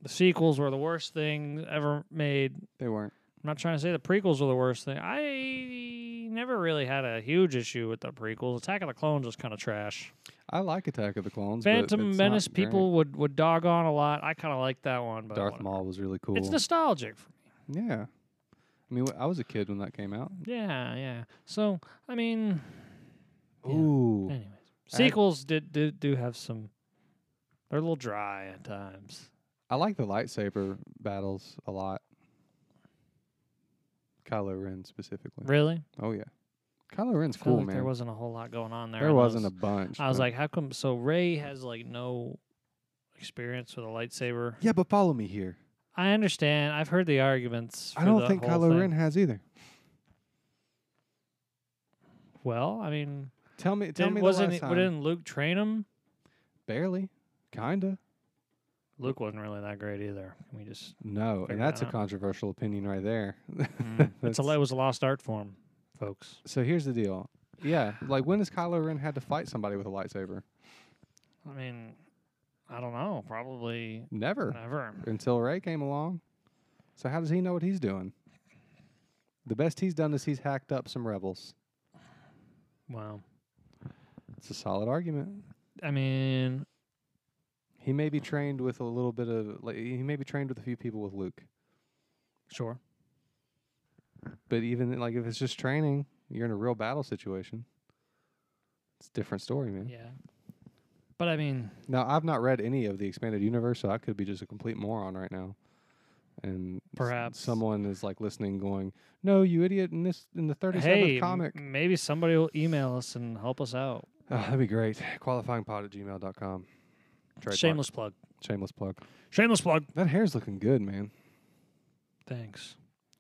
the sequels were the worst thing ever made. I'm
They weren't.
not trying to say the prequels were the worst thing. I never really had a huge issue with the prequels. Attack of the Clones was kind of trash.
I like Attack of the Clones. but
Phantom
it's not
Menace
great.
people would would dog on a lot. I kind of like that one, but
Darth
whatever.
Maul was really cool.
It's nostalgic for me.
yeah. I mean, wh- I was a kid when that came out.
Yeah, yeah. So I mean, Yeah.
Ooh, I
Anyways,
had-
sequels did, did do have some. They're a little dry at times.
I like the lightsaber battles a lot. Kylo Ren specifically.
Really,
Oh yeah, Kylo Ren's
I feel
cool,
like
man.
there wasn't a whole lot going on there.
There
and I
wasn't a
was-
bunch.
I was
but-
like, how come? So Ray has like no experience with a lightsaber.
yeah, but follow me here.
I understand. I've heard the arguments.
I
for
don't
the
think
whole
Kylo
thing.
Ren has either.
Well, I mean,
Tell me, tell
didn't,
me
wasn't
the last
it,
time.
didn't Luke train him?
Barely, kinda.
Luke wasn't really that great either. Can we [LAUGHS] just?
No,
Figure
and that's a
that out.
controversial opinion right there. [LAUGHS] Hmm.
Mm, it's a
That's-
it was a lost art form, folks.
So here's the deal. Yeah, like when has Kylo Ren had to fight somebody with a lightsaber?
I mean, I don't know. Probably
Never
never.
until Ray came along. So how does he know what he's doing? The best he's done is he's hacked up some rebels.
Wow.
It's a solid argument.
I mean,
He may be trained with a little bit of like he may be trained with a few people with Luke.
sure.
But even like if it's just training, you're in a real battle situation. It's a different story, man.
Yeah. But I mean,
Now I've not read any of the expanded universe, so I could be just a complete moron right now. And s-
Perhaps.
someone is like listening, going, "No, you idiot!" In this, in the thirty-seventh
hey, m-
comic,
maybe somebody will email us and help us out.
Ah, that'd be great. Qualifyingpod at gmail.com. Trademark.
Shameless plug.
shameless plug.
Shameless plug.
That hair's looking good, man.
Thanks.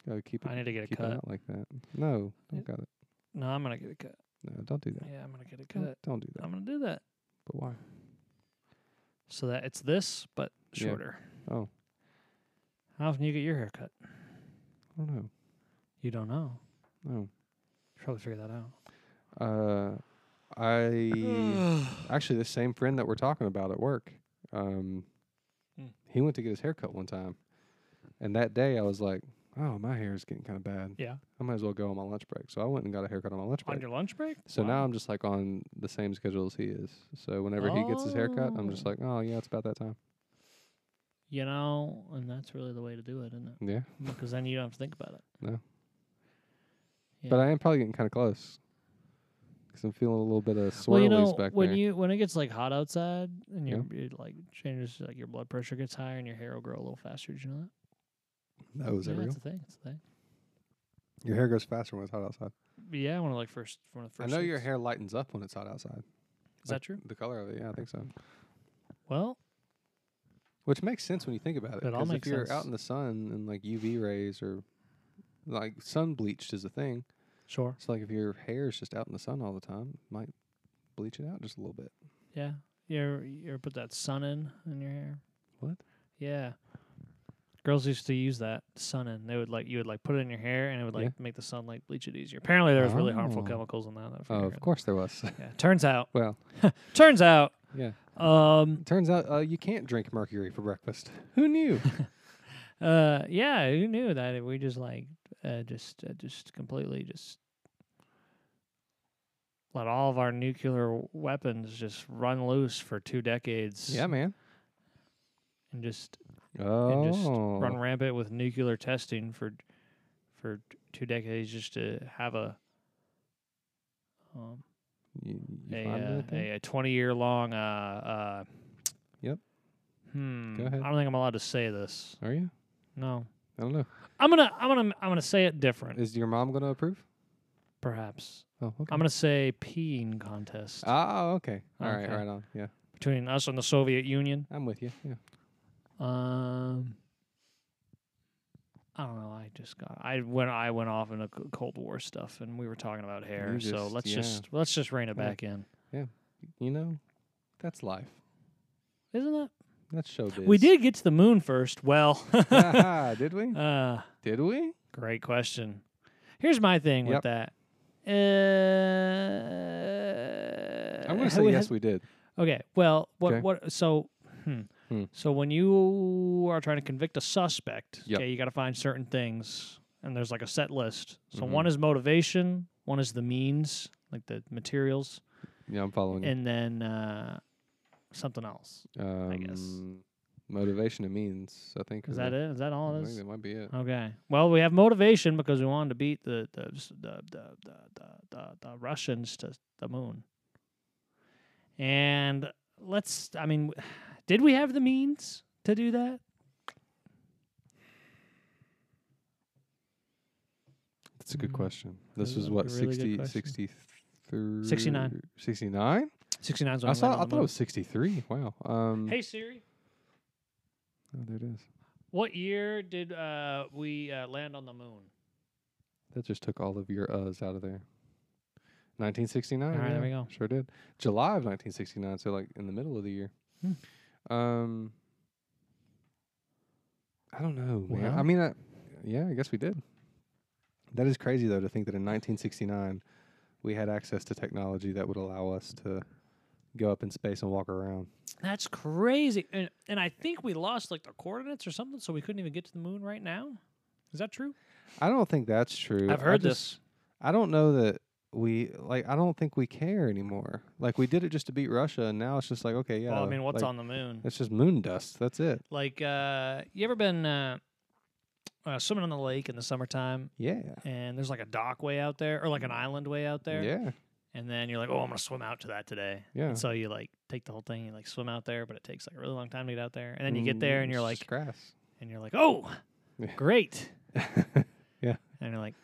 Gotta keep it,
I need to get a
keep it
cut.
out like that. No, don't got it.
No, I'm gonna get a cut.
No, don't do that.
Yeah, I'm gonna get a
Don't,
cut.
don't do that.
I'm gonna do that
But why?
so that it's this but
Yeah.
shorter.
Oh.
How often do you get your hair cut?
I don't know.
You don't know.
No.
Probably figure that out.
Uh, I
[SIGHS]
actually this same friend that we're talking about at work. Um,
Mm.
he went to get his haircut one time, and that day I was like, "Oh, my hair is getting kind of bad.
yeah.
I might as well go on my lunch break." So I went and got a haircut on my lunch
On
break.
your lunch break?
So now
Wow.
I'm just like on the same schedule as he is. So whenever he gets his haircut, I'm just
Oh.
like, "Oh yeah, it's about that time."
you know, and that's really the way to do it,
[LAUGHS]
isn't it?
Yeah,
Because then you don't have to think about it.
but
Yeah.
I am probably getting kind of close because I'm feeling a little bit of swirlies
well, you know,
back
when
there.
you when it gets like hot outside and
Yeah.
your it, like changes, like your blood pressure gets higher and your hair will grow a little faster. Did you know that?
no, Oh, is
yeah,
that real?
it's a thing. It's a thing.
Your hair goes faster when it's hot outside.
But yeah, one of like first one of the
I
first.
know your
things.
hair lightens up when it's hot outside.
Is that true?
The color of it, yeah, I think so.
Well,
Which makes sense when you think about it.
It all
'cause
makes
if you're
sense.
out in the sun and like UV rays or like sun bleached is a thing.
sure.
So like if your hair is just out in the sun all the time, it might bleach it out just a little bit.
Yeah, you ever, you ever put that sun in in your hair?
What?
Yeah. Girls used to use that sun in. They would like you would like put it in your hair and it would
Yeah.
like make the sunlight bleach it easier. Apparently, there was really harmful
Oh.
chemicals in that. that for
Oh,
your
of
hair.
course there was. [LAUGHS]
Yeah. Turns out.
well,
Turns out.
yeah.
Um.
Turns out uh, you can't drink mercury for breakfast. Who
[LAUGHS]
knew?
Uh, yeah, who knew that if we just like uh, just uh, just completely just let all of our nuclear weapons just run loose for two decades.
yeah, man.
and just
Oh.
just run rampant with nuclear testing for for t- two decades just to have a um
You, you
a,
finding
uh,
it there?
a a twenty year long uh uh
Yep.
Hmm.
Go ahead.
I don't think I'm allowed to say this.
Are you?
No.
I don't know.
I'm gonna I'm gonna I'm gonna say it different.
Is your mom gonna approve?
perhaps.
Oh, okay.
I'm gonna say peeing contest
Oh, okay. All right,
Okay.
right on. Yeah,
between us and the Soviet Union.
I'm with you. Yeah.
Um, I don't know. I just got I went I went off into c- Cold War stuff, and we were talking about hair.
You
so
just-
let's
yeah.
just let's just rein it
Right.
back in,
You know, that's life.
isn't it?
That's showbiz.
We did [LAUGHS] get to the moon first. Well, [LAUGHS]
Haha, [LAUGHS] did we?
uh,
Did we?
great question. Here's my thing with
Yep.
that. Uh,
I'm gonna say
we
yes.
had-
We did.
Okay. Well, what
Okay.
what so hmm.
Hmm.
so when you are trying to convict a suspect,
Yep.
okay, you got to find certain things and there's like a set list. So
Mhm.
one is motivation, one is the means, like the materials,
Yeah, I'm following. you.
and then uh something else.
um,
guess.
motivation and means. I think
Is that it? Is that all
I
it
think
is?
that might be it.
Okay. Well, we have motivation because we wanted to beat the the the the the the, the, the Russians to the moon. And let's I mean [SIGHS] w- did we have the means to do that?
That's a good
Mm.
question.
That's
This was
a
what
really good
60,
question.
63?
69.
69?
69's
I saw. I thought it was sixty three. Wow. Um,
Hey Siri,
oh, there it is.
what year did uh, we uh, land on the moon?
That just took all of your uhs out of there. 1969.
All right, there we
yeah,
go.
Sure did. July of 1969. So like in the middle of the year.
Hmm.
Um, I don't know. man. I
Well.
mean, I, yeah, I guess we did. That is crazy though to think that in 1969 we had access to technology that would allow us to go up in space and walk around.
That's crazy. And and I think we lost like the coordinates or something so we couldn't even get to the moon right now. Is that true?
I don't think that's true.
I've
I
heard
just-
this.
I don't know that we like. I don't think we care anymore. Like we did it just to beat Russia, and now it's just like okay, yeah.
well, I mean, what's
like,
on the moon?
It's just moon dust. That's it.
Like, uh, you ever been uh, uh, swimming on the lake in the summertime
Yeah.
and there's like a dock way out there or like an island way out there?
Yeah.
And then you're like, oh, I'm going to swim out to that today.
Yeah.
And so you like take the whole thing, you like swim out there, but it takes like a really long time to get out there. And then you get there and
Mm,
you're
it's
like,
just grass.
and you're like, oh,
Yeah.
great.
[LAUGHS] Yeah.
And you're like,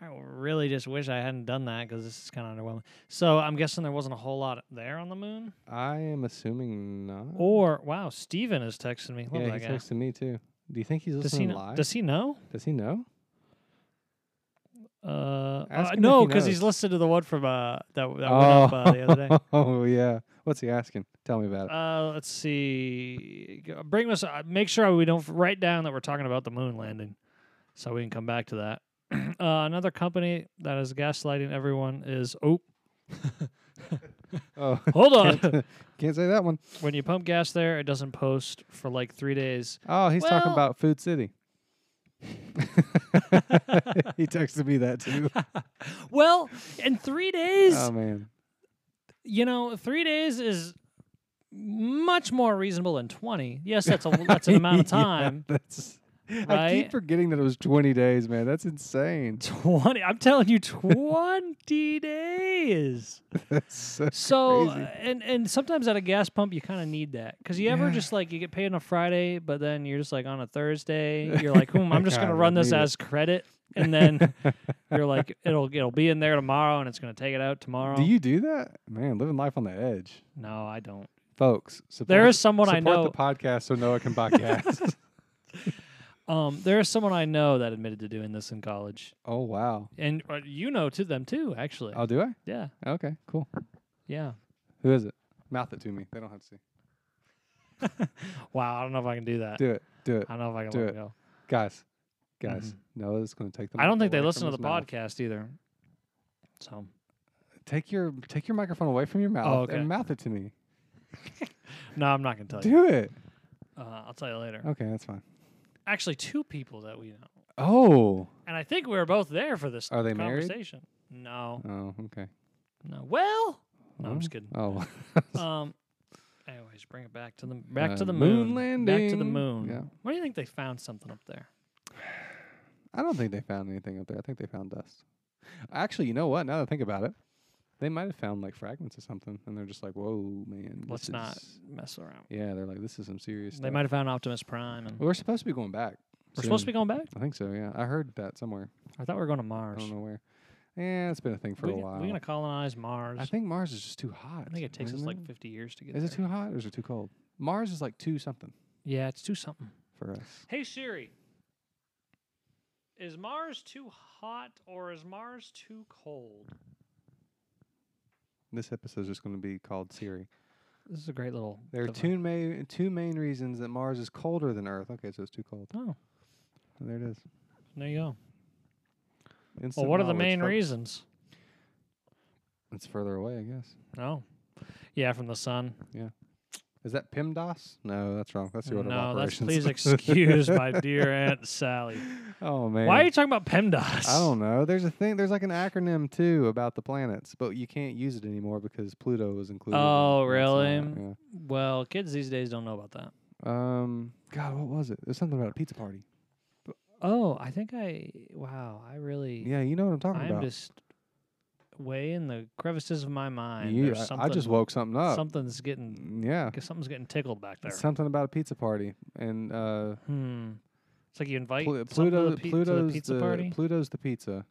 I really just wish I hadn't done that because this is kind of underwhelming. So I'm guessing there wasn't a whole lot there on the moon.
I am assuming not.
Or, wow, Steven is texting me. Love
yeah,
that
he's
guy.
texting me too. Do you think he's
Does he,
listening
know,
live?
does he know?
Does he know?
Uh, uh
Ask him if
no,
he
because he's
knows.
listed to the one from uh that, that went up uh, the other day.
[LAUGHS] oh yeah. What's he asking? Tell me about it.
Uh, let's see. G- Bring this. Uh, make sure we don't f- write down that we're talking about the moon landing, so we can come back to that. [CLEARS THROAT] uh, another company that is gaslighting everyone is oh,
oh,
hold
[LAUGHS]
on.
can't, can't say that one.
[LAUGHS] when you pump gas there, it doesn't post for like three days.
Oh, he's talking
Well-
about Food
[LAUGHS]
City. [LAUGHS] he texted me that too.
Well, in three days,
Oh man.
you know, three days is much more reasonable than twenty. Yes, that's a that's an amount of
[LAUGHS] Yeah,
time.
that's. I
right?
keep forgetting that it was 20 days, man. That's insane. [LAUGHS]
20 i'm telling you 20 days
That's so
so
Crazy.
uh, and and sometimes at a gas pump you kind of need that because you ever
Yeah.
just like you get paid on a friday but then you're just like on a thursday
[LAUGHS]
you're like hmm, i'm just
God,
gonna
I
run this
need it."
as credit and then you're like [LAUGHS] it'll it'll be in there tomorrow and it's gonna take it out tomorrow
Do you do that? Man, living life on the edge.
no i don't
Folks, support,
there is someone i
support
know
the podcast so Noah
[LAUGHS]
can buy gas.
um there is someone i know that admitted to doing this in college
oh, wow.
and uh, you know to them too actually
Oh, do I?
yeah
Okay, cool.
yeah
Who is it? Mouth it to me. They don't have to see.
wow i don't know if i can do that
Do it. Do it.
i don't know if i can
Do
let
it.
it go
Guys, guys, Noah's going to take the
mm-hmm. I don't
mic
think they
away
listen
from
to the
his mouth.
podcast either. So
Take your take your microphone away from your mouth
Oh, okay.
and mouth it to me.
no, I'm not gonna tell you.
Do it.
Uh, I'll tell you later.
Okay, that's fine.
Actually, two people that we know,
Oh.
and I think we were both there for this.
Are they married?
conversation. No,
Oh, okay.
no. Well, no, I'm
Oh.
just kidding.
Oh.
Um. Anyways, bring it back to the back to
Uh,
the moon.
moon
Back to the
landing.
moon.
Yeah.
What do you think they found something up there?
I don't think they found anything up there. I think they found dust. Actually, you know what? Now that I think about it, They might have found like fragments of something, and they're just like, "Whoa, man,
Let's
this
not
is-
mess around.
Yeah, they're like, "This is some serious."
They
stuff."
might have found Optimus Prime,
Well,
and we're
we're supposed to be going back.
supposed to be going back.
I think so. Yeah, I heard that somewhere.
I thought we were going to
I
Mars.
don't know where. Yeah, it's been a thing for
we
a
g-
while.
We're going to colonize Mars.
I think Mars is just too hot.
I think it takes us
isn't
like 50 years to get
Is
there.
it too hot or is it too cold? Mars is like two something
Yeah, it's too something.
for us.
Hey Siri, is Mars too hot or is Mars too cold?
This episode is just going to be called Siri.
This is a great little.
There are
device.
two main two main reasons that Mars is colder than Earth. Okay, so it's too cold.
Oh,
There it is.
there you go. Well,
Instant
what are the
knowledge,
main
folks.
reasons?
It's further away, I guess.
No. Oh. Yeah, from the sun.
Is that PEMDAS? No, that's wrong. That's the order of
No, that's
operations.
please excuse my dear Aunt Sally.
[LAUGHS] oh man.
Why are you talking about PEMDAS?
I don't know. There's a thing. There's like an acronym too about the planets, but you can't use it anymore because Pluto was included. in
Oh,
it, so,
really? Well, kids these days don't know about that.
yeah. Um. God, what was it? There's something about a pizza party.
Oh, I think I. Wow, I really.
Yeah, you know what I'm talking
I'm
about.
just way in the crevices of my mind.
You-
There's
I, I just
something-
woke something up.
Something's getting
yeah.
cause something's getting tickled back there.
Something about a pizza party and uh,
hmm. It's like you invite
Plu-
something to
Pluto.
the, pi- to the
Pluto's
pizza party.
Pluto's the pizza,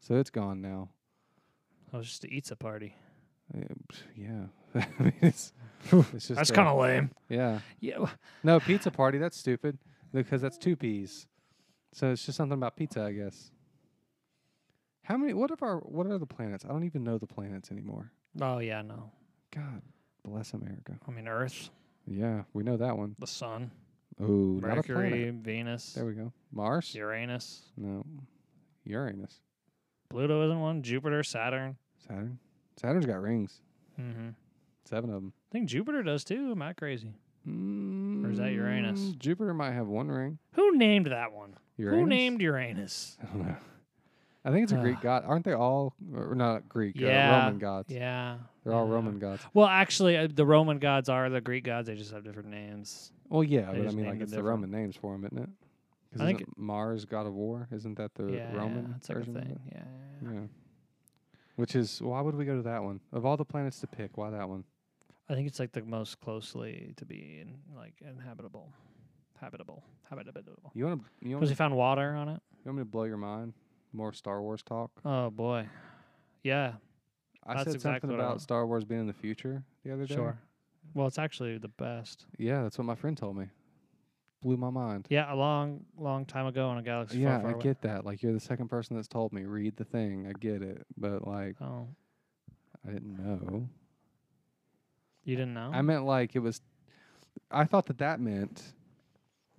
so it's gone now.
oh, it's just a pizza party.
Uh, psh, Yeah, [LAUGHS] I mean, it's, it's just
That's
a-
kind of lame.
yeah.
Yeah. w-
No pizza party. That's stupid because that's two peas. So it's just something about pizza, I guess. How many? What of our? What are the planets? I don't even know the planets anymore.
Oh yeah, no.
God bless America.
I mean Earth,
Yeah, we know that one.
the Sun,
Oh, not a
Mercury,
planet.
Venus,
There we go. Mars.
Uranus,
No, Uranus.
Pluto isn't one. Jupiter, Saturn.
Saturn. Saturn's got rings.
Mm-hmm.
Seven of them.
I think Jupiter does too. Am I crazy?
Mm,
is that Uranus?
Jupiter might have one ring.
Who named that one?
Uranus.
Who named Uranus?
[LAUGHS] I don't know. I think it's a Greek
Ah. god.
god. Aren't they all? Or not Greek. Uh,
Yeah,
Roman gods.
Yeah,
They're all
yeah.
Roman gods.
Well, actually, uh, the Roman gods are the Greek gods. They just have different names.
Well, yeah,
They
but I
just
mean,
named
like
it
it's the
different.
Roman names for them, isn't it?
I
Because
think
Mars, god of war, isn't that the
yeah,
Roman
yeah, it's like a
version of
thing.
it?
Yeah, yeah, yeah.
Yeah. Which is why would we go to that one? Of all the planets to pick, why that one?
I think it's like the most closely to be in, like inhabitable, habitable, habitable.
You want to? You want,
Because
me,
they found water on it.
you want me to blow your mind? More Star Wars talk.
Oh boy, yeah,
I
that's
said
exactly
something
what I
about
want.
Star Wars being in the future the other day.
sure. Well, it's actually the best.
Yeah, that's what my friend told me. Blew my mind.
Yeah, a long, long time ago in a galaxy
yeah,
far, far
I
away.
get that. Like you're the second person that's told me read the thing. I get it, but like
Oh,
I didn't know.
you didn't know?
I meant like it was. I thought that that meant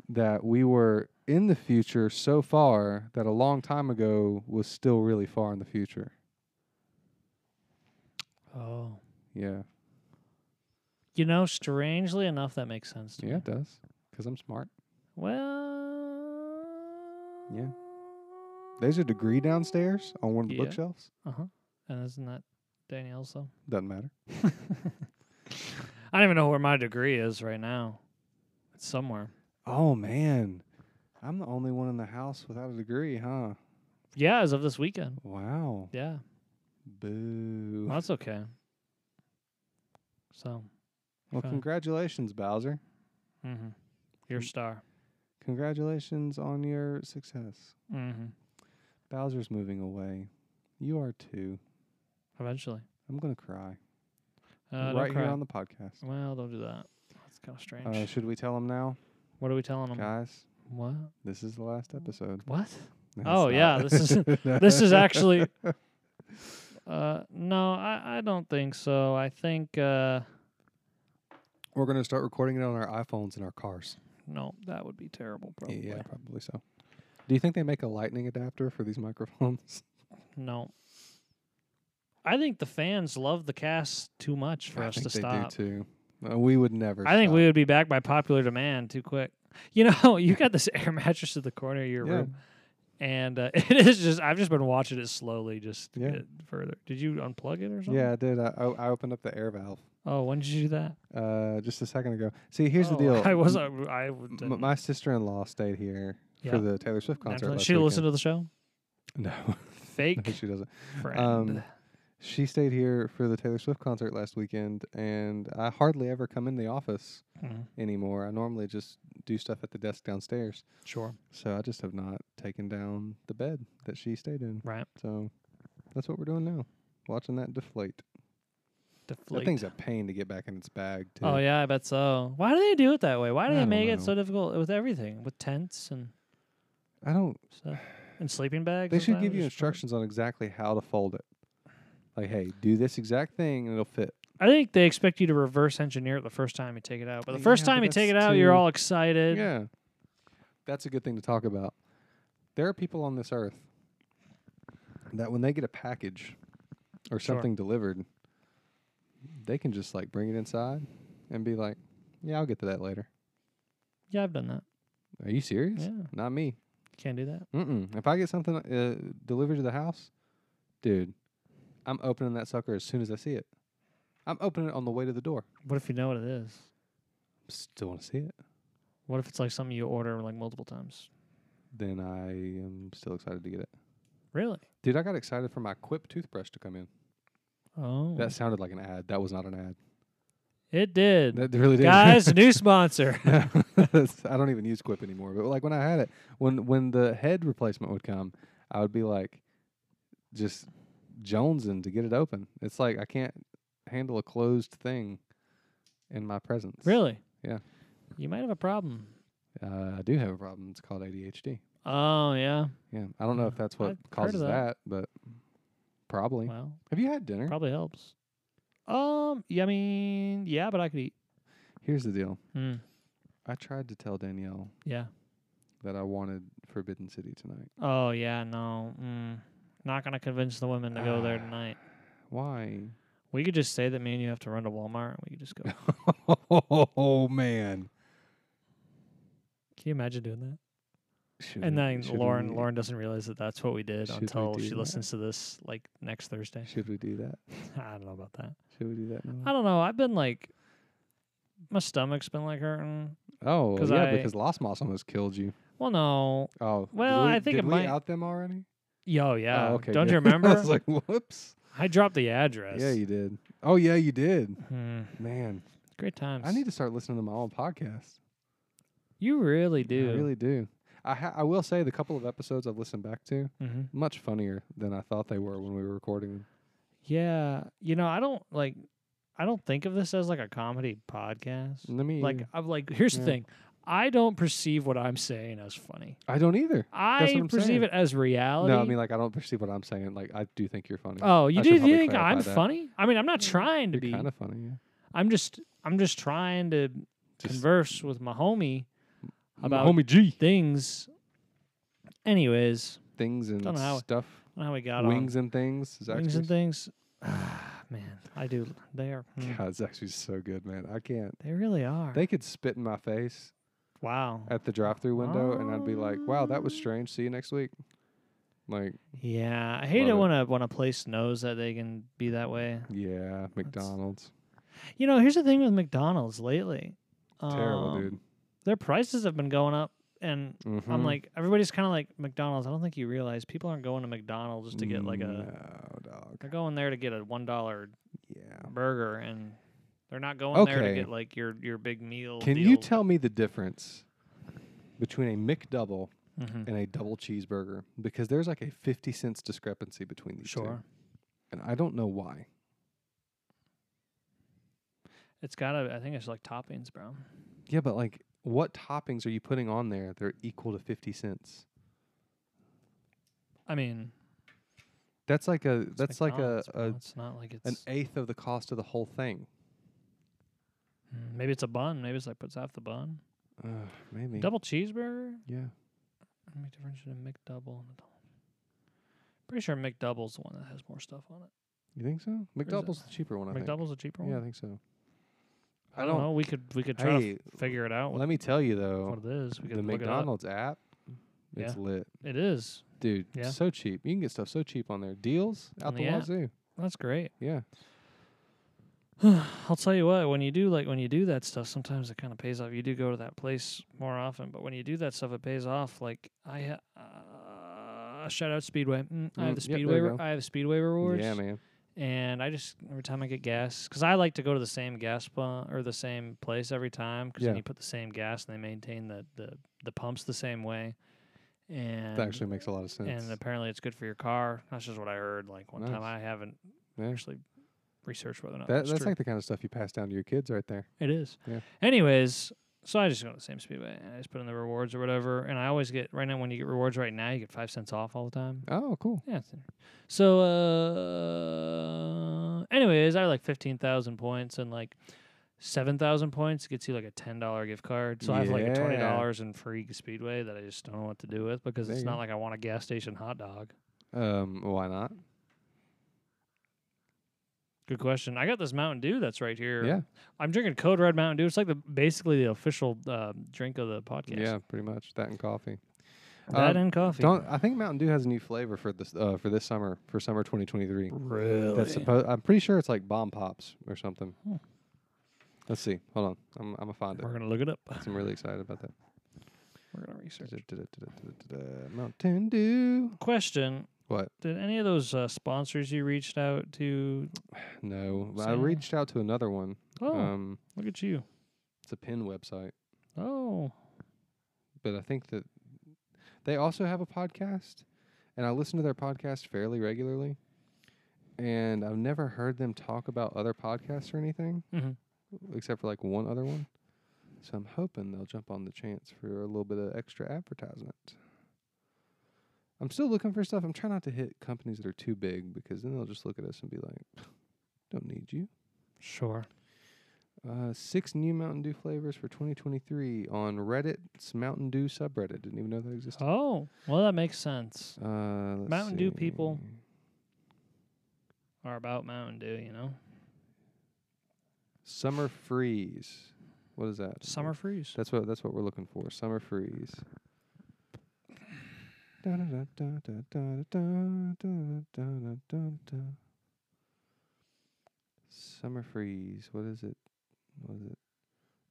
that we were in the future so far that a long time ago was still really far in the future.
oh,
Yeah,
you know, strangely enough, that makes sense to
yeah,
me.
it does. Cause I'm smart.
Well.
Yeah. There's a degree downstairs on one of the
Yeah.
bookshelves.
Uh huh. And isn't that Danielle's though? [LAUGHS]
Doesn't matter.
I don't even know where my degree is right now. It's somewhere.
Oh man, I'm the only one in the house without a degree, huh?
Yeah, as of this weekend.
Wow.
Yeah.
Boo.
Well, that's okay. So,
Well,
fine.
congratulations, Bowser.
mm-hmm. your star.
Congratulations on your success.
Mm-hmm.
Bowser's moving away. You are too.
Eventually.
I'm gonna cry
Uh,
right
don't cry.
here on the podcast.
well, don't do that. That's kind of strange.
Uh, should we tell them now,
what are we telling them?
guys?
What?
This is the last episode.
[LAUGHS] What?
No,
Oh,
it's
yeah,
not.
this is-
[LAUGHS]
This is actually. Uh, no, I, I don't think so. I think uh,
We're gonna start recording it on our iPhones and our cars.
no, that would be terrible. Probably.
Yeah, probably so. Do you think they make a lightning adapter for these microphones?
No. I think the fans love the cast too much for
I
us
think
to
they
stop.
do too. Uh, we would never.
I think
stop.
we would be back by popular demand too quick. You know, [LAUGHS] you got this air mattress at the corner of your
Yeah.
room, and uh, [LAUGHS] it is just. I've just been watching it slowly, just to
Yeah.
get further. Did you unplug it or something?
Yeah, I did. I, I I opened up the air valve
Oh, when did you do that?
uh, just a second ago. See, here's the
Oh, [LAUGHS]
deal.
I
M-
wasn't. I
m-
didn't.
my sister-in-law stayed here
Yeah.
for the Taylor Swift concert.
Naturally.
last [LAUGHS]
She
weekend. [LAUGHS]
listened to the show.
No,
Fake
she doesn't.
friend.
um, She stayed here for the Taylor Swift concert last weekend, and I hardly ever come in the office
Mhm.
anymore. I normally just do stuff at the desk downstairs.
Sure.
So I just have not taken down the bed that she stayed in.
Right.
So that's what we're doing now. Watching that deflate. That
Deflate.
thing's a pain to get back in its bag, too.
Oh yeah, I bet so. Why do they do it that way? Why do
I
they
don't
make it
know.
so difficult with everything, with tents and
I don't.
stuff, and sleeping bags?
They should
sometimes?
give you
Just fucking-
instructions on exactly how to fold it. Like, hey, do this exact thing and it'll fit.
I think they expect you to reverse engineer it the first time you take it out. But the
Yeah,
first
but
time you take it
that's
out, you're
too-
all excited.
Yeah. That's a good thing to talk about. There are people on this earth that when they get a package or
Sure.
something delivered, they can just like bring it inside and be like, yeah, I'll get to that later.
Yeah, I've done that.
Are you serious?
Yeah.
Not me.
Can't do that.
Mm-mm. If I get something uh, delivered to the house, dude, I'm opening that sucker as soon as I see it. I'm opening it on the way to the door.
What if you know what it is?
Still want to see it.
What if it's like something you order like multiple times?
Then I am still excited to get it.
Really?
Dude, I got excited for my Quip toothbrush to come in.
Oh,
That sounded like an ad. That was not an ad.
it did.
That really did. [LAUGHS]
Guys, new sponsor.
No, that's- I don't even use Quip anymore. But like when I had it, when when the head replacement would come, I would be like, just jonesing to get it open. It's like I can't handle a closed thing in my presence.
really?
Yeah.
You might have a problem.
Uh, I do have a problem. It's called ADHD.
Oh yeah.
Yeah, I don't know if that's what
I've heard of
causes that.
that.
but probably.
Well,
Have you had dinner?
probably helps. Um. Yeah. I mean. Yeah. But I could eat.
Here's the deal.
Hmm.
I tried to tell Danielle
Yeah.
that I wanted Forbidden City tonight.
Oh yeah. No. Mm. Not gonna convince the women to go there
Ah.
tonight.
Why?
[LAUGHS] We could just say that me and you have to run to Walmart and we
[LAUGHS]
could just go. Can
oh man.
you imagine doing that?
Should
and
we-
then
should
Lauren,
we-
Lauren doesn't realize that that's what we did
Should we
until
do
she
that?
listens to this like next Thursday.
Should Hmm. we do that?
[LAUGHS] I don't know about that.
Should we do that? Now?
I don't know. I've been like, my stomach's been like hurting.
Oh,
'Cause
yeah,
I-
because Lost Moss almost killed you.
Well, no.
Oh, did
Well,
we-
I think
did
it
we
might-
out them
[LAUGHS]
already.
Yo, yeah.
Oh, okay.
Don't
good.
you
[LAUGHS]
remember?
I
I,
was like, whoops.
dropped the address.
Yeah, you did. Oh yeah, you did.
Hmm.
Man,
Great times.
I need to start listening to my own podcast.
You really do.
I really do. I ha- I will say the couple of episodes I've listened back to
Mm-hmm.
much funnier than I thought they were when we were recording them.
Yeah. You know, I don't like. I don't think of this as like a comedy podcast.
Let me
Like, I'm like. Here's
Yeah.
the thing. I don't perceive what I'm saying as funny.
I don't either.
I
what I'm
perceive
saying.
it as reality.
No, I mean like I don't perceive what I'm saying. Like I do think you're funny.
oh, you
I should
do
probably
think
clarify
I'm
that.
funny? I mean, I'm not trying to
you're
be.
kind of funny. Yeah.
I'm just. I'm just trying to
Just
converse with my homie
my
about
homie G
things. Anyways,
things and
Don't know how-
stuff,
I don't know how we got
wings and things.
on.
Zaxby's.
Wings and things. Ah, man, I do. They are. mm,
God, Zaxby's is so good, man. I can't.
They really are.
They could spit in my face
wow.
at the drive-through window, and I'd be like, "Wow, that
Um.
was strange. See you next week." Like,
Yeah, I hate
Love
it
it.
when a when a place knows that they can be that way.
yeah, McDonald's.
You know, here's the thing with McDonald's lately.
Terrible,
Um,
dude.
Their prices have been going up, and I'm
Mhm.
like, everybody's kind of like McDonald's. I don't think you realize people aren't going to McDonald's to get like
Mm,
a.
no, dog.
They're going there to get a one dollar
Yeah.
burger and they're not going there to
Oh. Okay.
get like your your big meal.
Can you tell me the difference between a McDouble
Mm-hmm.
and a double cheeseburger? Because there's like a fifty cents discrepancy between these two,
Sure,
and I don't know why.
it's gotta. I think it's like toppings, bro.
Yeah, but like, what toppings are you putting on there? They're equal to fifty cents.
I mean,
That's like a
it's
that's like a,
McDonald's, bro.
a
oh, It's not like
an
it's.
eighth of the cost of the whole thing.
Mm, Maybe it's a bun. Maybe it's like puts half the bun.
Uh, maybe.
Double cheeseburger.
Yeah.
How many difference should a McDouble and a double? Pretty sure McDouble's the one that has more stuff on it.
You think so? McDouble's the cheaper one. I think.
McDouble's a cheaper
Yeah, I
one.
think so.
I don't know. We could we could try
Hey,
to f- figure it out what,
Let me tell you though,
what it is. We could
the
look
McDonald's app, it's
Yeah.
lit.
It, up. it is.
dude.
Yeah.
So cheap. You can get stuff so cheap on there. Deals out
On
the,
the app.
wazoo.
That's great.
Yeah.
I'll tell you what, when you do like when you do that stuff, sometimes it kind of pays off. You do go to that place more often, but when you do that stuff, it pays off. Like I, ha- uh, shout out Speedway. Mm, I
Mm, yep,
have the
there
Speedway.
you
re-
go.
I have Speedway rewards.
Yeah, man.
And I just every time I get gas, because I like to go to the same gas pump or the same place every time, because
Yeah.
then you put the same gas and they maintain the the, the pumps the same way. And
that actually makes a lot of sense.
and apparently it's good for your car. That's just what I heard. Like one
Nice.
time, I haven't
Yeah.
actually researched whether or not
That-
that's,
that's
true.
like the kind of stuff you pass down to your kids right there.
It is.
Yeah.
Anyways, so I just go to the same speedway and I just put in the rewards or whatever. And I always get right now when you get rewards right now, you get five cents off all the time.
Oh, cool.
Yeah. It's in- so, uh, anyways, I had like fifteen thousand points and like seven thousand points gets you like a ten dollar gift card. So I have like a twenty
Yeah.
dollars in free speedway that I just don't know what to do with because
There
it's
you
not
go.
like I want a gas station hot dog.
Um, why not?
Good question. I got this Mountain Dew that's right here.
Yeah,
I'm drinking Code Red Mountain Dew. It's like the basically the official uh, drink of the podcast.
yeah, pretty much that and coffee.
That
Um,
and coffee.
Don't I think Mountain Dew has a new flavor for this uh, for this summer for summer 2023.
really?
That's supposed. I'm pretty sure it's like bomb pops or something.
Hmm.
Let's see. Hold on. I'm I'm gonna find it.
We're gonna look it up.
'cause I'm really excited about that.
We're gonna research.
Da-da-da-da-da-da-da. Mountain Dew.
Question:
What?
Did any of those uh, sponsors you reached out to?
No. but I
Sorry.
reached out to another one.
Oh,
Um,
look at you.
it's a pin website,
Oh,
but I think that they also have a podcast, and I listen to their podcast fairly regularly. And I've never heard them talk about other podcasts or anything.
hmm
except for like one other one. So I'm hoping they'll jump on the chance for a little bit of extra advertisement. I'm still looking for stuff. I'm trying not to hit companies that are too big because then they'll just look at us and be like, [SIGHS] "Don't need you."
sure.
Uh, six new Mountain Dew flavors for 2023 on Reddit's Mountain Dew subreddit. Didn't even know that existed.
Oh, well, that makes sense.
Uh, let's
Mountain Dew people.
see.
Or about Mountain Dew, you know,
Summer freeze. What is that?
summer freeze.
That's what that's what we're looking for. Summer freeze. Da-da-da-da-da-da-da-da-da-da-da-da. Summer freeze. What is it? What is it?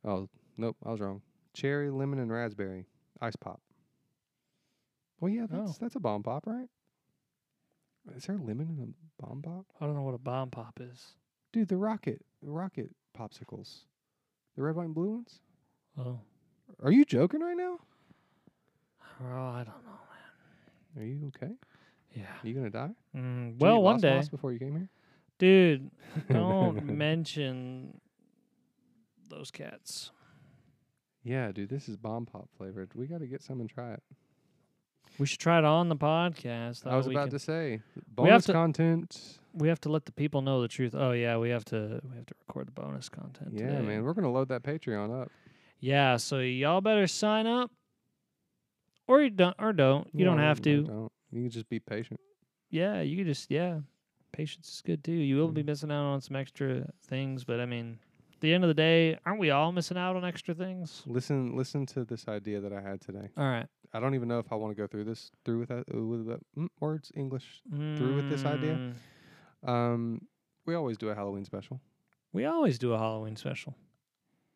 Oh nope, I was wrong. Cherry, lemon, and raspberry ice pop. Well, yeah, that's
Oh.
that's a bomb pop, right? Is there lemon in a bomb pop?
I don't know what a bomb pop is.
Dude, the rocket, the rocket popsicles, the red, white, and blue ones.
Oh,
Are you joking right now?
oh, I don't know.
Are you okay?
Yeah.
Are you gonna die? Did
Mm,
you
well,
eat
one
Lost
day,
Boss before you came here.
[LAUGHS] dude. Don't mention those cats.
yeah, dude, this is bomb pop flavored. We got to get some and try it.
We should try it on the podcast.
I
that
was
we
about
can-
to say
We have
bonus
to-
content.
We have to let the people know the truth. Oh yeah, we have to. We have to record the bonus content.
Yeah,
today.
man, we're gonna load that Patreon up.
Yeah, so y'all better sign up, or you don't, or don't. You
Yeah,
don't have
no,
to.
Don't. You can just be patient.
Yeah, you can just yeah. Patience is good too. You will be
Mhm.
missing out on some extra things, but I mean, at the end of the day, aren't we all missing out on extra things?
Listen, listen to this idea that I had today.
All right,
I don't even know if I want to go through this through with that uh, with that mm, words English. Through with this idea?
Mm,
Um, we always do a Halloween special.
We always do a Halloween special.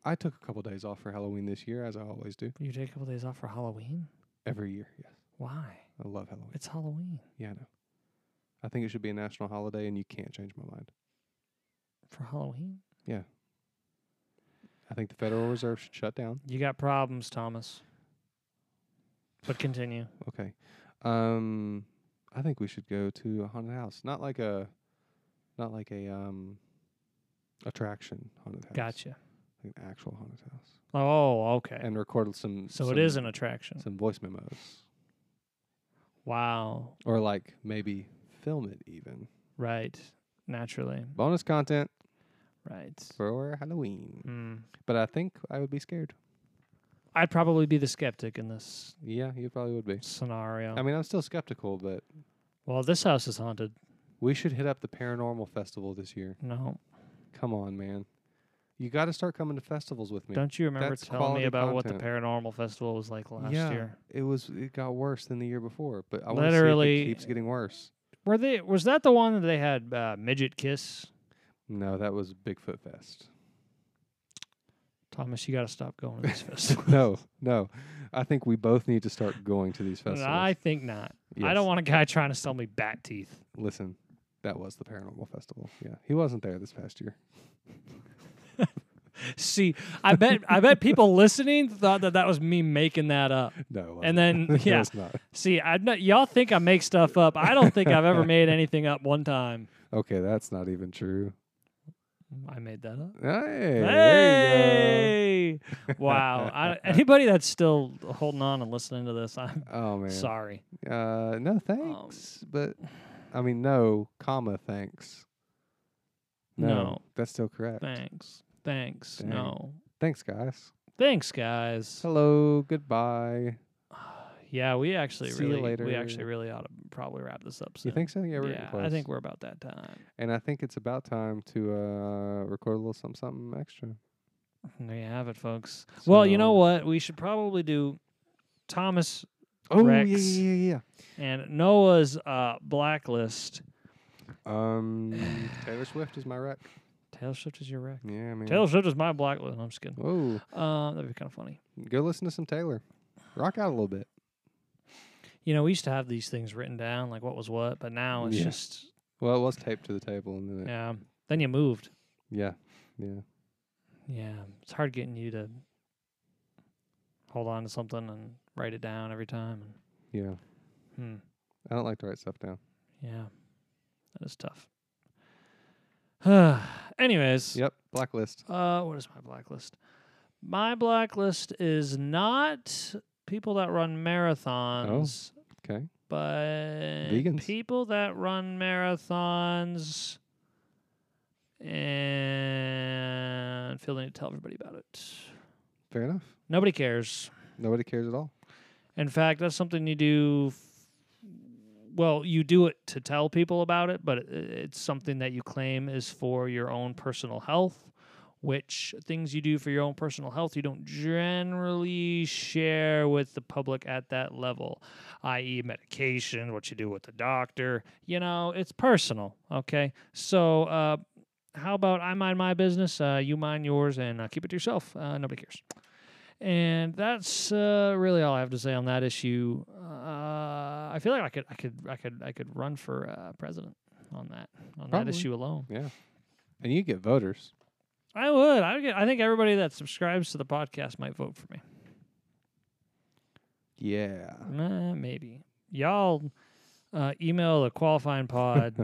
I took a couple days off for Halloween this year, as I always do
You take a couple days off for Halloween.
every year. Yes,
Why?
I love Halloween.
It's Halloween
Yeah, I know. I think it should be a national holiday, and you can't change my mind.
for Halloween.
I think the Federal Reserve should shut down.
You got problems, Thomas. But continue.
Okay. Um, I think we should go to a haunted house, not like a, not like a um, attraction haunted house.
Gotcha.
Like an actual haunted house,
Oh, okay.
and record some.
so
some-
it is an attraction.
some voice memos,
Wow.
or like maybe film it even.
Right. Naturally.
Bonus content
Right.
for Halloween,
Mm.
but I think I would be scared.
I'd probably be the skeptic in this
Yeah, you probably would be.
scenario.
I mean, I'm still skeptical, but
well, this house is haunted.
we should hit up the Paranormal Festival this year.
No.
Come on, man. You got to start coming to festivals with me.
Don't you remember
That's
telling me
quality
about what the
content.
paranormal festival was like last
Yeah.
year?
It was it got worse than the year before, but I want to see
Literally-
if it keeps getting worse.
Were they was that the one that they had uh, midget kiss?
No, that was Bigfoot Fest. [LAUGHS]
Thomas, you got to stop going
[LAUGHS]
to these festivals.
no, no. I think we both need to start going to these festivals.
I think not. I
Yes.
don't want a guy trying to sell me bat teeth.
listen. That was the Paranormal Festival. Yeah, he wasn't there this past year.
See, I bet
[LAUGHS]
I bet people listening thought that that was me making that up.
No, it wasn't. [LAUGHS]
And then,
No,
yeah.
it's not.
See, I know y'all think I make stuff up. I don't think I've ever made anything up one time.
Okay, that's not even true.
I made that up.
Hey, there you
Hey!
[LAUGHS]
Wow. I, anybody that's still holding on and listening to this, I'm
go. Oh man.
sorry. Um,
Uh, no thanks, but I mean no, comma thanks.
No.
that's still correct.
Thanks. Thanks.
Dang.
No.
Thanks, guys.
Thanks, guys.
Hello, goodbye.
Yeah, we actually
See you
really we
later.
actually really ought to probably wrap this up soon.
You think so? Yeah, we're getting
yeah, I
close.
think we're about that time.
and I think it's about time to uh, record a little something, something extra.
There you have it, folks. well, you know
So-
what? We should probably do Thomas
Oh
Rex.
yeah, yeah, yeah,
and Noah's uh, blacklist.
yeah. Um, Taylor Swift is my rec.
Taylor Swift is your wreck.
Yeah, man.
Taylor Swift is my blacklist. I'm just kidding.
Whoa,
Uh, that'd be kind of funny.
go listen to some Taylor. Rock out a little bit.
You know, we used to have these things written down, like what was what, but now it's
Yeah.
just
Well, it was taped to the table, and then it,
yeah. Then you moved.
yeah, yeah.
Yeah, it's hard getting you to hold on to something and write it down every time.
yeah,
hmm.
I don't like to write stuff down.
Yeah, that is tough. [SIGHS] Anyways,
Yep, blacklist.
uh, what is my blacklist? My blacklist is not people that run marathons,
Okay.
but
Vegans?
people that run marathons and feel the need to tell everybody about it.
Fair enough.
Nobody cares.
Nobody cares at all.
In fact, that's something you do. f- Well, you do it to tell people about it, but it, it's something that you claim is for your own personal health, which things you do for your own personal health you don't generally share with the public at that level, i.e., medication, what you do with the doctor. You know, it's personal, okay? So, uh, how about I mind my business, uh, you mind yours, and uh, keep it to yourself? Uh, nobody cares. And that's uh, really all I have to say on that issue. Uh, I feel like I could, I could, I could, I could run for uh, president on that on
Probably.
that issue alone.
Yeah. And you get voters.
I would. I would get, I think everybody that subscribes to the podcast might vote for me.
Yeah.
Nah, Eh, maybe y'all uh, email the qualifying
[LAUGHS]
pod.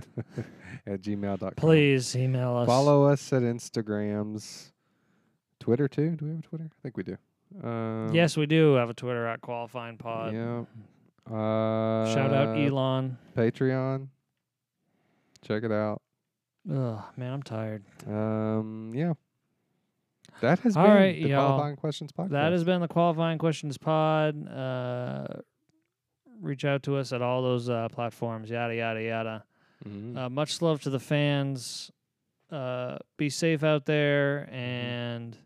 At gmail.com.
Please email us.
Follow us at Instagrams. Twitter too. Do we have a Twitter? I think we do. Um,
yes, we do have a Twitter at qualifying pod.
Yeah. Uh,
Shout out Elon.
Patreon. Check it out.
Ugh, man, I'm tired.
Um, yeah. That has
All
been
right,
the
y'all.
qualifying questions podcast.
That has been the qualifying questions pod. Uh, reach out to us at all those uh, platforms. Yada yada yada.
Mhm.
Uh, much love to the fans. Uh, be safe out there
Mm-hmm.
and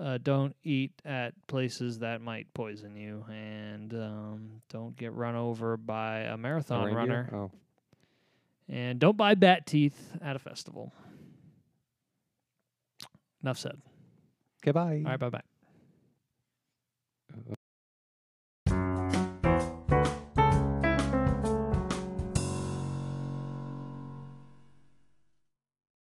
uh, don't eat at places that might poison you. And um, don't get run over by a
A
marathon
reindeer?
runner.
Oh,
And don't buy bat teeth at a festival. Enough said.
okay. Bye.
All right, bye bye.